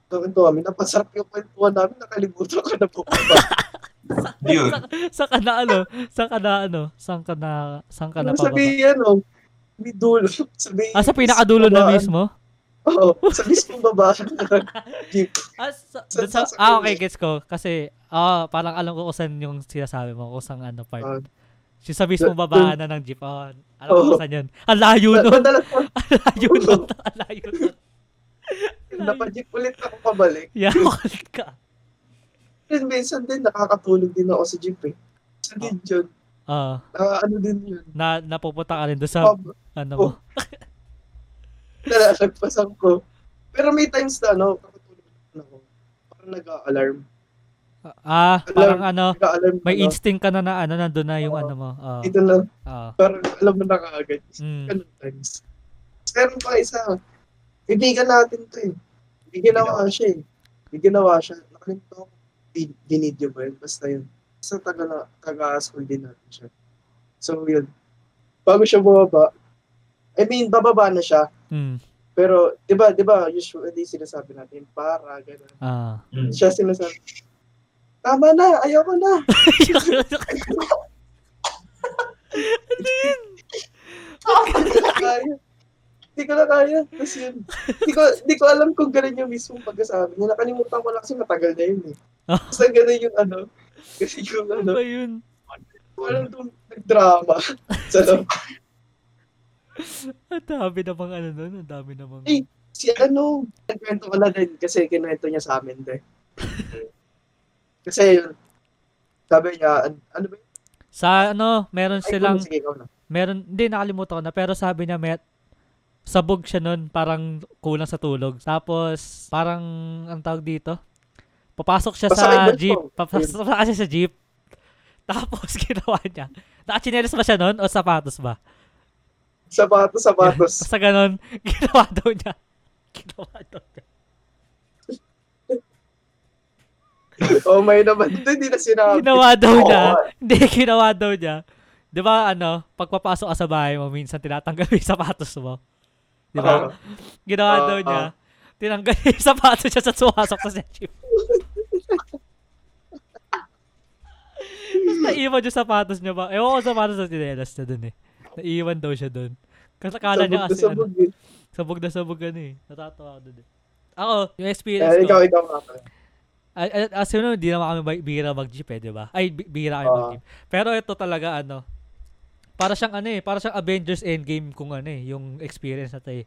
[SPEAKER 2] nagkakwentuhan kami, napasarap yung kwentuhan namin, nakalimutan ko na po.
[SPEAKER 3] Yun.
[SPEAKER 1] Saan ka na, ano? Saan ka na, ano? Saan ka na, saan ka na
[SPEAKER 2] Ano
[SPEAKER 1] pababa?
[SPEAKER 2] sabi yan, oh, may dulo. Sabi, ano?"
[SPEAKER 1] Ah, sa pinakadulo na mismo?
[SPEAKER 2] Oo, sa mismong
[SPEAKER 1] [laughs]
[SPEAKER 2] baba. jeep.
[SPEAKER 1] Ah, sa,
[SPEAKER 2] Sa-
[SPEAKER 1] dun sa-
[SPEAKER 2] sa- sa-
[SPEAKER 1] ah, okay, gets ko. Kasi, ah, parang alam ko kung saan yung sinasabi mo, kung saan ano part.
[SPEAKER 2] Ah.
[SPEAKER 1] Si sa mismo
[SPEAKER 2] Dun-
[SPEAKER 1] babaan na ng jeep. Oh, alam ko
[SPEAKER 2] Oo.
[SPEAKER 1] kung saan yun. Ang layo nun.
[SPEAKER 2] Madalas,
[SPEAKER 1] [laughs] Ang layo nun. Ang layo nun.
[SPEAKER 2] napajip ulit ako pabalik.
[SPEAKER 1] Yakot [laughs] ka.
[SPEAKER 2] Then, minsan din, nakakatulog din ako sa jeep eh. Sa din yun,
[SPEAKER 1] Ah,
[SPEAKER 2] ah, ano din yun.
[SPEAKER 1] na napupunta ka rin doon sa,
[SPEAKER 2] [laughs] Pab,
[SPEAKER 1] ano mo.
[SPEAKER 2] nalalagpasan ko. Pero may times na, ano, kakatulog na ako. Parang nag-a-alarm.
[SPEAKER 1] Ah, parang ano,
[SPEAKER 2] Nag-a-alarm
[SPEAKER 1] may
[SPEAKER 2] na,
[SPEAKER 1] instinct ka na na, ano, nandun na yung
[SPEAKER 2] Oo.
[SPEAKER 1] ano mo. Ah,
[SPEAKER 2] Dito na,
[SPEAKER 1] ah,
[SPEAKER 2] parang alam mo na kaagad.
[SPEAKER 1] mm,
[SPEAKER 2] Ganun times. Meron pa isa, kaibigan natin to eh. May ginawa siya eh. May ginawa siya. Nakalimutan ko. bi- Binidyo ba yun? Basta yun. Sa taga, na- taga-school din natin siya. So yun. Bago siya bumaba, I mean, bababa na siya.
[SPEAKER 1] mm,
[SPEAKER 2] Pero, di ba, di ba, usually sinasabi natin, para, gano'n.
[SPEAKER 1] ah. [laughs]
[SPEAKER 3] Mm.
[SPEAKER 2] Siya sinasabi, tama na, ayoko na.
[SPEAKER 1] Ano?
[SPEAKER 2] Kaya. Hindi ko na kaya. Tapos yun. Hindi ko, di ko alam kung ganun yung mismong pagkasabi niya. Nakalimutan ko lang kasi matagal na yun eh. Tapos ang ganun yung ano. Kasi yung
[SPEAKER 1] Ano
[SPEAKER 2] ano.
[SPEAKER 1] ba yun?
[SPEAKER 2] Walang dum- nagdrama. sa loob.
[SPEAKER 1] Ang dami namang ano nun. Ang dami namang...
[SPEAKER 2] Eh, si ano, nagkwento ko lang din kasi kinwento niya sa amin din. Kasi yun, sabi niya, an- ano ba yun?
[SPEAKER 1] Sa ano, meron
[SPEAKER 2] Ay,
[SPEAKER 1] silang...
[SPEAKER 2] kung sige, ikaw na.
[SPEAKER 1] Meron, hindi nakalimutan ko na, pero sabi niya, met, sabog siya nun, parang kulang sa tulog. Tapos, parang, ang tawag dito, papasok siya
[SPEAKER 2] Basta
[SPEAKER 1] sa
[SPEAKER 2] kay Bulto.
[SPEAKER 1] jeep. [laughs] Papasok siya sa jeep. Tapos, [laughs] ginawa niya. Nakachinelis ba siya nun o sapatos ba?
[SPEAKER 2] Sapatos,
[SPEAKER 1] [laughs]
[SPEAKER 2] sapatos.
[SPEAKER 1] Basta ganun, ginawa daw niya. Ginawa daw niya.
[SPEAKER 2] oh, may naman. Hindi na sinabi.
[SPEAKER 1] Ginawa daw
[SPEAKER 3] Oo,
[SPEAKER 1] niya.
[SPEAKER 3] eh.
[SPEAKER 1] Hindi, ginawa daw niya. Di ba, ano, pagpapasok ka sa bahay mo, minsan tinatanggal mo yung sapatos mo. Di ba?
[SPEAKER 2] Ah,
[SPEAKER 1] Ginawa
[SPEAKER 2] Ah,
[SPEAKER 1] daw niya. Tinanggal yung [laughs] sapatos niya sa sumasok sa jeep. Tapos naiwan yung sapatos niya ba? Ewan ko kung sapatos na tinelas niya dun eh. Naiwan daw siya dun. Kasi akala
[SPEAKER 2] sabog
[SPEAKER 1] niya
[SPEAKER 2] na
[SPEAKER 1] kasi ano,
[SPEAKER 2] sabog eh.
[SPEAKER 1] sabog na sabog ano eh. Natatawa ako dun eh. Ako, yung experience
[SPEAKER 2] Eh,
[SPEAKER 1] ko.
[SPEAKER 2] ikaw, ikaw nga.
[SPEAKER 1] Ay, ay, as you know, hindi naman kami bi- bihira mag-jeep eh, di ba? Ay, bi- bihira kami
[SPEAKER 2] Oo.
[SPEAKER 1] mag-jeep. Pero ito talaga, ano, para siyang ano eh, para siyang Avengers Endgame kung ano eh, yung experience natin eh.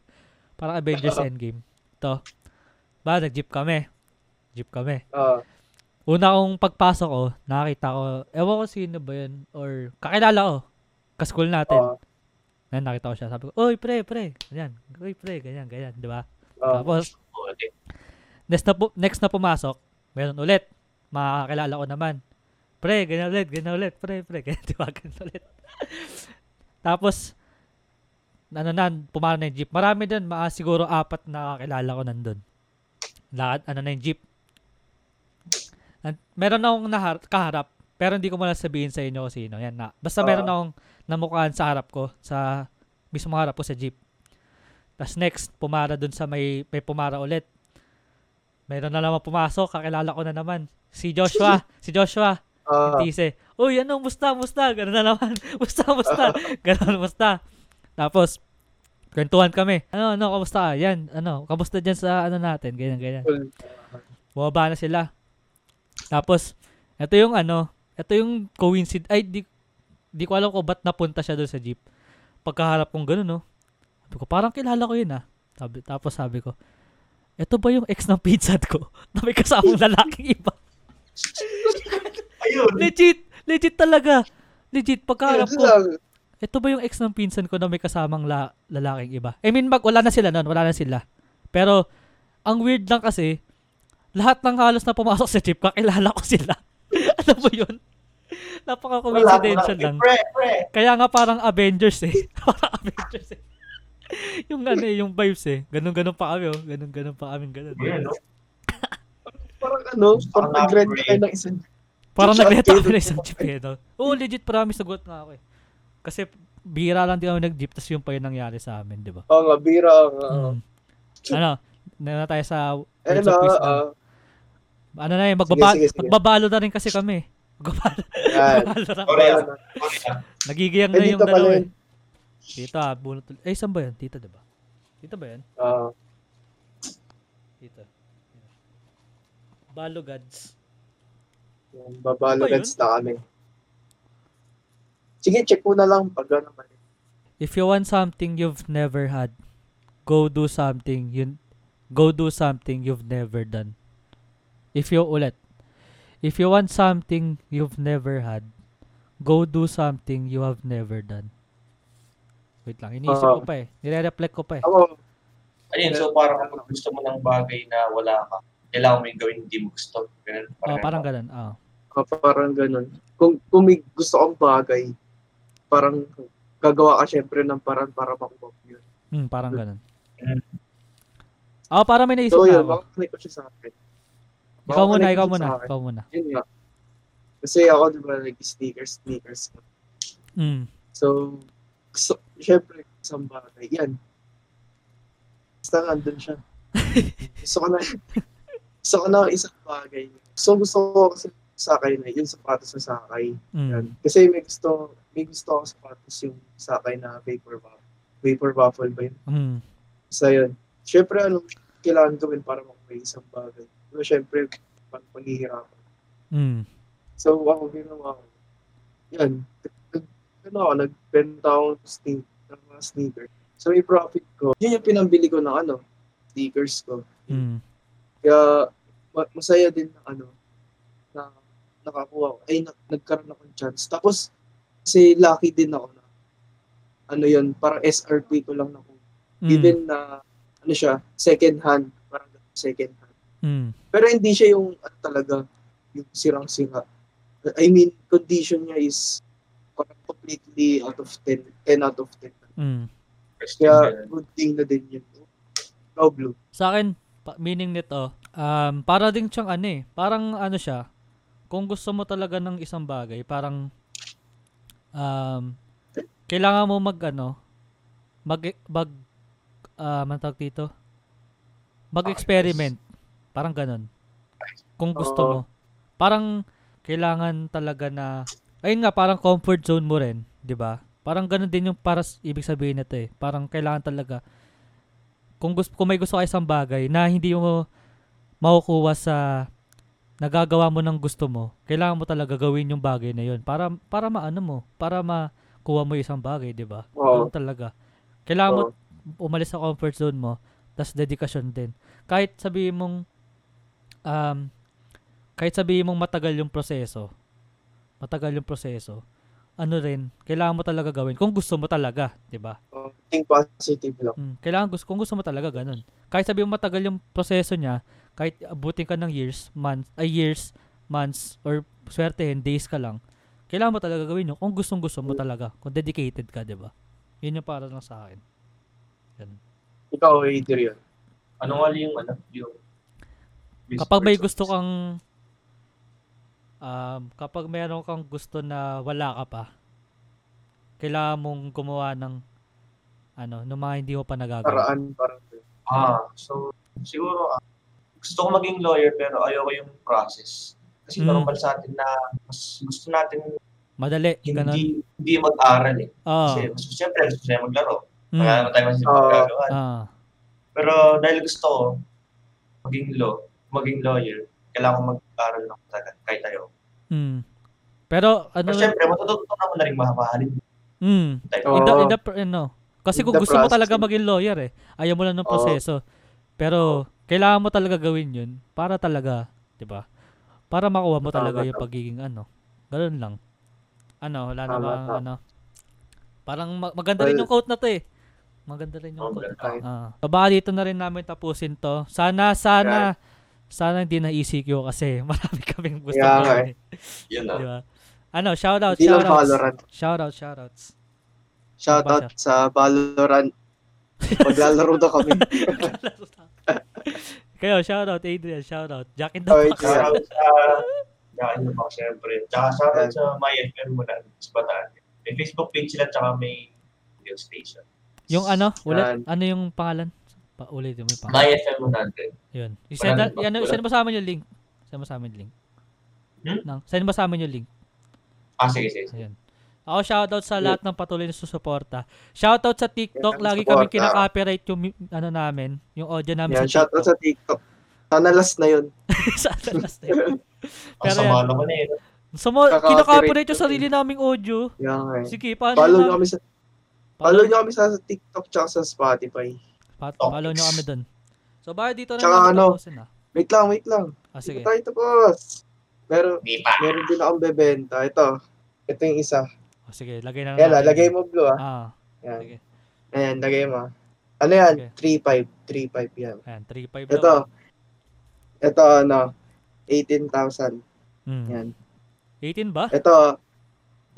[SPEAKER 1] Parang Avengers Endgame. To. Ba, nag-jeep kami. Jeep kami.
[SPEAKER 2] Ah,
[SPEAKER 1] Una kong pagpasok ko, nakita ko, ewan ko sino ba yun, or kakilala ko, ka-school natin.
[SPEAKER 2] ah,
[SPEAKER 1] Ngayon nakita ko siya, sabi ko, oy pre, pre, ganyan, oy pre, ganyan, ganyan, di ba?
[SPEAKER 2] ah.
[SPEAKER 1] Tapos,
[SPEAKER 3] Oo, eh.
[SPEAKER 1] Next na, pu- next na pumasok, meron ulit. Makakakilala ko naman. Pre, ganyan ulit, ganyan ulit, pre, pre, ganyan, [laughs] di ba, ganyan ulit. Tapos, ano na, pumara na yung jeep. Marami din, mga siguro apat na kakilala ko nandun. Lakad, ano na yung jeep. At, meron akong nahar- kaharap, pero hindi ko muna sabihin sa inyo kung sino. Yan na. Basta meron
[SPEAKER 2] Ah.
[SPEAKER 1] akong namukhaan sa harap ko, sa mismo harap ko sa jeep. Tapos next, pumara dun sa may, may pumara ulit. Meron na naman pumasok, kakilala ko na naman. Si Joshua, si Joshua,
[SPEAKER 2] Ah,
[SPEAKER 1] tise. Uy, ano, musta, musta, ganun na naman. [laughs] Musta, musta, ganun, musta. Tapos, kwentuhan kami. Ano, ano, kamusta? Yan, ano, kamusta dyan sa ano natin, ganyan, ganyan.
[SPEAKER 2] cool.
[SPEAKER 1] Bumaba na sila. Tapos, ito yung ano, ito yung coincidence, ay, di, di ko alam kung ba't napunta siya doon sa jeep. Pagkaharap kong ganun, no. Sabi ko, parang kilala ko yun, ah. Sabi, tapos sabi ko, ito ba yung ex ng pizza ko [laughs] na may kasamang lalaking iba?
[SPEAKER 3] Ayun.
[SPEAKER 1] legit! Legit talaga! Legit, pagkaharap
[SPEAKER 2] Yun
[SPEAKER 1] ko,
[SPEAKER 2] lang.
[SPEAKER 1] ito ba yung ex ng pinsan ko na may kasamang la- lalaking iba? I mean, mag, wala na sila nun, wala na sila. Pero, ang weird lang kasi, lahat ng halos na pumasok sa jeep, kakilala ko sila. [laughs] Alam mo yun?
[SPEAKER 3] Wala, wala.
[SPEAKER 1] Napaka-coincidental
[SPEAKER 3] Eh,
[SPEAKER 1] lang.
[SPEAKER 3] Pre, pre.
[SPEAKER 1] Kaya nga parang Avengers eh. [laughs] parang Avengers eh. [laughs] yung ano eh, yung vibes eh. Ganun-ganun pa kami oh. Ganun-ganun pa kami ganun.
[SPEAKER 3] Ayun, no?
[SPEAKER 2] Parang ano, parang nag-rent na kayo ng isang
[SPEAKER 1] Parang
[SPEAKER 2] Shot
[SPEAKER 1] nagreta kami
[SPEAKER 2] kayo
[SPEAKER 1] ng isang jeep eh. No? Oo, legit promise, nagot nga ako eh. Kasi bira lang din kami nag-jeep, tapos yung pa yun nangyari sa amin, di ba?
[SPEAKER 2] Oo nga, bira. nga.
[SPEAKER 1] Mm. Ano, na na tayo sa
[SPEAKER 2] Eh
[SPEAKER 1] words
[SPEAKER 2] na,
[SPEAKER 1] of wisdom.
[SPEAKER 2] ah,
[SPEAKER 1] ano na yun, magbaba-
[SPEAKER 2] sige, sige.
[SPEAKER 1] magbabalo na rin kasi kami. [laughs] Magbabalo, [laughs]
[SPEAKER 2] yan.
[SPEAKER 1] magbabalo na kami.
[SPEAKER 3] Sorry, ah.
[SPEAKER 2] Wala na.
[SPEAKER 3] Sorry, ah.
[SPEAKER 1] Nagigiyang
[SPEAKER 2] Eh,
[SPEAKER 1] na yung
[SPEAKER 2] dito pala
[SPEAKER 1] dalawa eh.
[SPEAKER 2] yun.
[SPEAKER 1] Dito ah, bunot. ulit. Eh, saan ba yun? Dito, di ba? Dito ba yun?
[SPEAKER 2] Ah,
[SPEAKER 1] Dito. Balo gods.
[SPEAKER 2] yan, babalo
[SPEAKER 1] Ano ba yun?
[SPEAKER 2] rents na kami. Sige, check mo na lang pag ano man.
[SPEAKER 1] If you want something you've never had, go do something you go do something you've never done. If you ulit. If you want something you've never had, go do something you have never done. Wait lang, iniisip ko
[SPEAKER 2] Oo.
[SPEAKER 1] pa eh. Nire-reflect ko pa eh.
[SPEAKER 2] Ako,
[SPEAKER 3] Ayun, so parang kapag gusto mo ng bagay na wala ka, kailangan mo yung gawin hindi mo gusto. Ganun,
[SPEAKER 1] Oh, parang ganun. Oh.
[SPEAKER 2] ah, parang ganun. Kung, kung may gusto kong bagay, parang gagawa ka syempre ng parang para makuha mo yun.
[SPEAKER 1] Hmm, parang ganun.
[SPEAKER 3] Mm.
[SPEAKER 1] Oh, parang may naisip
[SPEAKER 2] So
[SPEAKER 1] na
[SPEAKER 2] yun,
[SPEAKER 1] ako.
[SPEAKER 2] makakunay ko siya sa
[SPEAKER 1] Ikaw
[SPEAKER 2] akin.
[SPEAKER 1] muna,
[SPEAKER 2] Makakunay ko
[SPEAKER 1] ikaw
[SPEAKER 2] siya sa
[SPEAKER 1] muna,
[SPEAKER 2] akin.
[SPEAKER 1] ikaw muna.
[SPEAKER 2] Yun nga. Kasi ako diba nag-sneakers, sneakers ko.
[SPEAKER 1] Mm.
[SPEAKER 2] So, gusto, syempre, isang bagay. Yan. Basta nandun siya. gusto ko na, gusto ko na ang isang bagay. So, gusto ko kasi sakay na, yung sapatos na sakay. Yan.
[SPEAKER 1] Mm.
[SPEAKER 2] Kasi may gusto, may gusto ako sapatos yung sakay na vapor waffle. Vapor waffle ba yun?
[SPEAKER 1] Mm.
[SPEAKER 2] Basta yun. Siyempre, ano, kailangan gawin para makuha yung isang bagay. Pero siyempre, pag paghihirapan.
[SPEAKER 1] Mm.
[SPEAKER 2] So, ako ginawa ko. Yan. Nag, ano ako, nagbenta ako ng sne- ng mga sneakers. So, may profit ko. Yun yung pinambili ko ng ano, sneakers ko.
[SPEAKER 1] Mm.
[SPEAKER 2] Kaya, ma- masaya din na ano, na nakakuha ko. Ay, na- nagkaroon ako ng chance. Tapos, kasi lucky din ako na, ano yun, parang SRP ko lang nakuha.
[SPEAKER 1] Mm.
[SPEAKER 2] Even na, ano siya, second hand. Parang second hand.
[SPEAKER 1] Mm.
[SPEAKER 2] Pero hindi siya yung ano, talaga yung sirang-sira. I mean, condition niya is parang completely out of 10. 10 out of 10.
[SPEAKER 1] Mm.
[SPEAKER 2] Kaya good thing na din yun. Ikaw, Blue.
[SPEAKER 1] Sa akin, pa- meaning nito, um, para din siyang ano eh, parang ano siya, kung gusto mo talaga ng isang bagay, parang um, kailangan mo mag ano, mag, mag, ah, anong tawag dito? Mag-experiment. Parang ganun. Kung gusto
[SPEAKER 2] Oo.
[SPEAKER 1] mo. Parang kailangan talaga na, ayun nga, parang comfort zone mo rin, di ba? Parang ganun din yung para s- ibig sabihin nito eh. Parang kailangan talaga kung gusto kung may gusto ka isang bagay na hindi mo makukuha sa nagagawa mo ng gusto mo, kailangan mo talaga gawin yung bagay na yun para para maano mo, para makuha mo yung isang bagay, 'di ba?
[SPEAKER 2] Oo.
[SPEAKER 1] Ganun talaga. Kailangan mo umalis sa comfort zone mo, tas dedication din. Kahit sabihin mong um kahit sabihin mong matagal yung proseso, matagal yung proseso, ano rin, kailangan mo talaga gawin kung gusto mo talaga, 'di ba?
[SPEAKER 2] Oh, think positive lang.
[SPEAKER 1] Mm, kailangan gusto, kung gusto mo talaga ganun. Kahit sabi mo matagal yung proseso niya, kahit abutin ka ng years, months, ay years, months, or swertehin, days ka lang, kailangan mo talaga gawin yun kung gustong gusto mo talaga, kung dedicated ka, di ba? Yun yung para lang sa akin.
[SPEAKER 2] Ikaw, Adrian.
[SPEAKER 3] Ano nga yung ano? Yung
[SPEAKER 1] Kapag may gusto kang, um, kapag meron kang gusto na wala ka pa, kailangan mong gumawa ng, ano, ng mga hindi mo pa nagagawa.
[SPEAKER 2] Paraan, parang yun.
[SPEAKER 3] Ah, so siguro ah, gusto ko maging lawyer pero ayoko yung process. Kasi
[SPEAKER 1] Mm.
[SPEAKER 3] normal sa atin na mas gusto natin
[SPEAKER 1] Madali, ganun. Ah.
[SPEAKER 3] hindi hindi mag-aral eh.
[SPEAKER 1] Oo.
[SPEAKER 3] Kasi mas siyempre gusto niya maglaro.
[SPEAKER 1] Mm.
[SPEAKER 3] Wala naman tayo mas
[SPEAKER 2] Oo.
[SPEAKER 3] magagawa.
[SPEAKER 1] Ah.
[SPEAKER 3] Pero dahil gusto ko maging law, maging lawyer, kailangan ko mag-aral ng talaga kahit ayaw.
[SPEAKER 1] Mm. Pero ano
[SPEAKER 3] Pero siyempre, matututunan ko na rin mamahalin
[SPEAKER 1] mm,
[SPEAKER 3] tayo.
[SPEAKER 1] in the,
[SPEAKER 2] Oo.
[SPEAKER 1] in the pr- ano, kasi
[SPEAKER 2] In
[SPEAKER 1] kung
[SPEAKER 2] the
[SPEAKER 1] gusto mo talaga
[SPEAKER 2] process.
[SPEAKER 1] maging lawyer eh, ayaw mo lang ng
[SPEAKER 2] Oo.
[SPEAKER 1] proseso. Pero kailangan mo talaga gawin 'yun para talaga, 'di ba? Para makuha mo
[SPEAKER 2] Tama,
[SPEAKER 1] talaga yung
[SPEAKER 2] tama.
[SPEAKER 1] pagiging ano. Ganoon lang. Ano, wala na
[SPEAKER 2] Tama,
[SPEAKER 1] bang
[SPEAKER 2] tama.
[SPEAKER 1] ano. Parang ma- maganda rin
[SPEAKER 2] Well-
[SPEAKER 1] yung quote na 'to eh. Maganda rin yung
[SPEAKER 3] Oh,
[SPEAKER 1] quote.
[SPEAKER 3] ganun.
[SPEAKER 1] Ah. So, baka dito na rin namin tapusin 'to. Sana sana sana hindi na ECQ kasi [laughs] marami kaming gusto
[SPEAKER 2] Kaya nga
[SPEAKER 1] gawin.
[SPEAKER 3] Yun
[SPEAKER 1] eh,
[SPEAKER 3] na.
[SPEAKER 1] Di ba? Ano, shoutout,
[SPEAKER 2] Hindi lang
[SPEAKER 1] shoutouts.
[SPEAKER 2] Valorant.
[SPEAKER 1] Shoutout, shoutouts.
[SPEAKER 2] Shoutout sa Valorant. Maglalaro na kami.
[SPEAKER 1] [laughs] Kayo, shoutout Adrian, shoutout. Jack in the
[SPEAKER 2] Alright,
[SPEAKER 1] Box.
[SPEAKER 2] yeah.
[SPEAKER 3] Shoutout sa Daan yung box, siyempre. Tsaka shoutout sa my FM mo na sa Bataan. May Facebook page sila tsaka may radio station.
[SPEAKER 1] Yung ano,
[SPEAKER 2] Yan.
[SPEAKER 1] ulit, ano yung pangalan? Pa ulit yung may pangalan.
[SPEAKER 3] My FM mo natin.
[SPEAKER 1] Yun. I-send na,
[SPEAKER 3] Wala na-
[SPEAKER 1] yan,
[SPEAKER 3] wala.
[SPEAKER 1] send mo sa amin yung link. Send mo sa amin yung link.
[SPEAKER 3] Hmm?
[SPEAKER 1] Nang, send mo sa amin yung link.
[SPEAKER 3] Ah, sige, sige. sige.
[SPEAKER 1] Ayun. Ako shoutout sa lahat ng patuloy na susuporta. Shoutout sa TikTok,
[SPEAKER 2] Yan,
[SPEAKER 1] lagi kami
[SPEAKER 2] suporta.
[SPEAKER 1] kinaka-copyright yung mu- ano namin, yung audio namin
[SPEAKER 2] Yan,
[SPEAKER 1] sa
[SPEAKER 2] shoutout
[SPEAKER 1] TikTok.
[SPEAKER 2] sa TikTok. Sana last na yun.
[SPEAKER 1] [laughs] sa last time.
[SPEAKER 3] Ang
[SPEAKER 1] Pero
[SPEAKER 3] sama naman eh.
[SPEAKER 1] So mo,
[SPEAKER 2] Kaka-copyright
[SPEAKER 1] kinaka-copyright yung
[SPEAKER 2] yun.
[SPEAKER 1] sarili naming audio.
[SPEAKER 2] Yan, eh.
[SPEAKER 1] Sige, paano
[SPEAKER 2] Follow
[SPEAKER 1] na-
[SPEAKER 2] nyo kami sa follow nyo kami sa sa TikTok tsaka sa Spotify.
[SPEAKER 1] Pa-
[SPEAKER 3] Topics.
[SPEAKER 1] Follow nyo kami dun. So, bakit dito na
[SPEAKER 2] Tsaka
[SPEAKER 1] namin
[SPEAKER 2] ano?
[SPEAKER 1] tapusin, ah?
[SPEAKER 2] Wait lang, wait lang.
[SPEAKER 1] Ah, sige.
[SPEAKER 2] Sige. Tayo tapos. Pero
[SPEAKER 3] Hindi pa.
[SPEAKER 2] meron din akong bebenta. Ito. Ito yung isa.
[SPEAKER 1] Ah, sige, lagay na
[SPEAKER 2] Ayan,
[SPEAKER 1] natin.
[SPEAKER 2] lalagay mo blue ah.
[SPEAKER 1] Ah,
[SPEAKER 2] Ayan.
[SPEAKER 1] sige.
[SPEAKER 2] Ayan, lagay mo. ah. Ano yan?
[SPEAKER 1] Okay.
[SPEAKER 2] 3-5. 3-5 yan.
[SPEAKER 1] Ayan, 3-5 daw.
[SPEAKER 2] Ito. Ito ano. 18,000.
[SPEAKER 1] Mm.
[SPEAKER 2] Yan.
[SPEAKER 1] 18 ba?
[SPEAKER 2] Ito.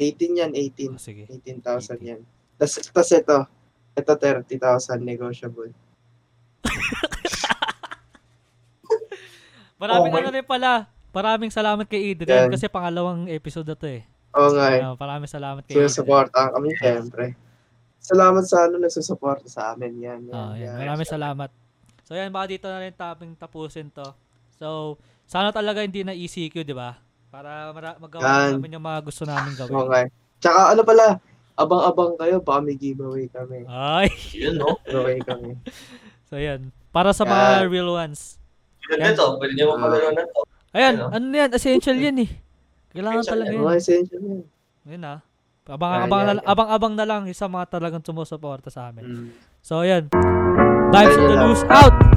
[SPEAKER 2] 18 yan, 18.
[SPEAKER 1] Ah, sige.
[SPEAKER 2] 18,000 yan. Tapos, tapos ito. Ito 30,000 negotiable.
[SPEAKER 1] Maraming
[SPEAKER 3] my-
[SPEAKER 1] ano rin pala. Maraming salamat kay Adrian
[SPEAKER 2] Yan.
[SPEAKER 1] kasi pangalawang episode na to eh.
[SPEAKER 2] Oo nga eh.
[SPEAKER 1] Ah, maraming salamat kay Adrian.
[SPEAKER 2] Sinusuportahan kami, syempre. Salamat sa ano nagsusuporta sa amin. Yan, yan,
[SPEAKER 1] Ah,
[SPEAKER 2] yan.
[SPEAKER 1] yan. Maraming salamat. So yan, baka dito na rin taping tapusin to. So, sana talaga hindi na ECQ, di ba? Para mara- magawa
[SPEAKER 2] Yan.
[SPEAKER 1] namin yung mga gusto namin
[SPEAKER 2] Oo
[SPEAKER 1] gawin.
[SPEAKER 2] nga eh. Tsaka ano pala, abang-abang kayo, baka may giveaway kami.
[SPEAKER 1] Ay,
[SPEAKER 3] Yun, no?
[SPEAKER 2] Giveaway kami.
[SPEAKER 1] So, yan. Para sa mga real ones.
[SPEAKER 3] Yun
[SPEAKER 1] Yan.
[SPEAKER 3] na to, pwede
[SPEAKER 2] Ah.
[SPEAKER 3] niyo mapagalaw na to.
[SPEAKER 1] Ayan,
[SPEAKER 3] Ano?
[SPEAKER 1] ano yan? Essential yan eh. Kailangan
[SPEAKER 3] Essential
[SPEAKER 1] talaga
[SPEAKER 3] yan.
[SPEAKER 1] yan.
[SPEAKER 2] Mga essential na yun.
[SPEAKER 1] Yun ah. Abang,
[SPEAKER 2] Yan,
[SPEAKER 1] abang,
[SPEAKER 2] yan,
[SPEAKER 1] na,
[SPEAKER 2] yan.
[SPEAKER 1] abang, abang na lang isa mga talagang sumusuporta sa amin.
[SPEAKER 2] Mm.
[SPEAKER 1] So, ayan. Dives
[SPEAKER 2] Ayun
[SPEAKER 1] to
[SPEAKER 2] lang.
[SPEAKER 1] lose out!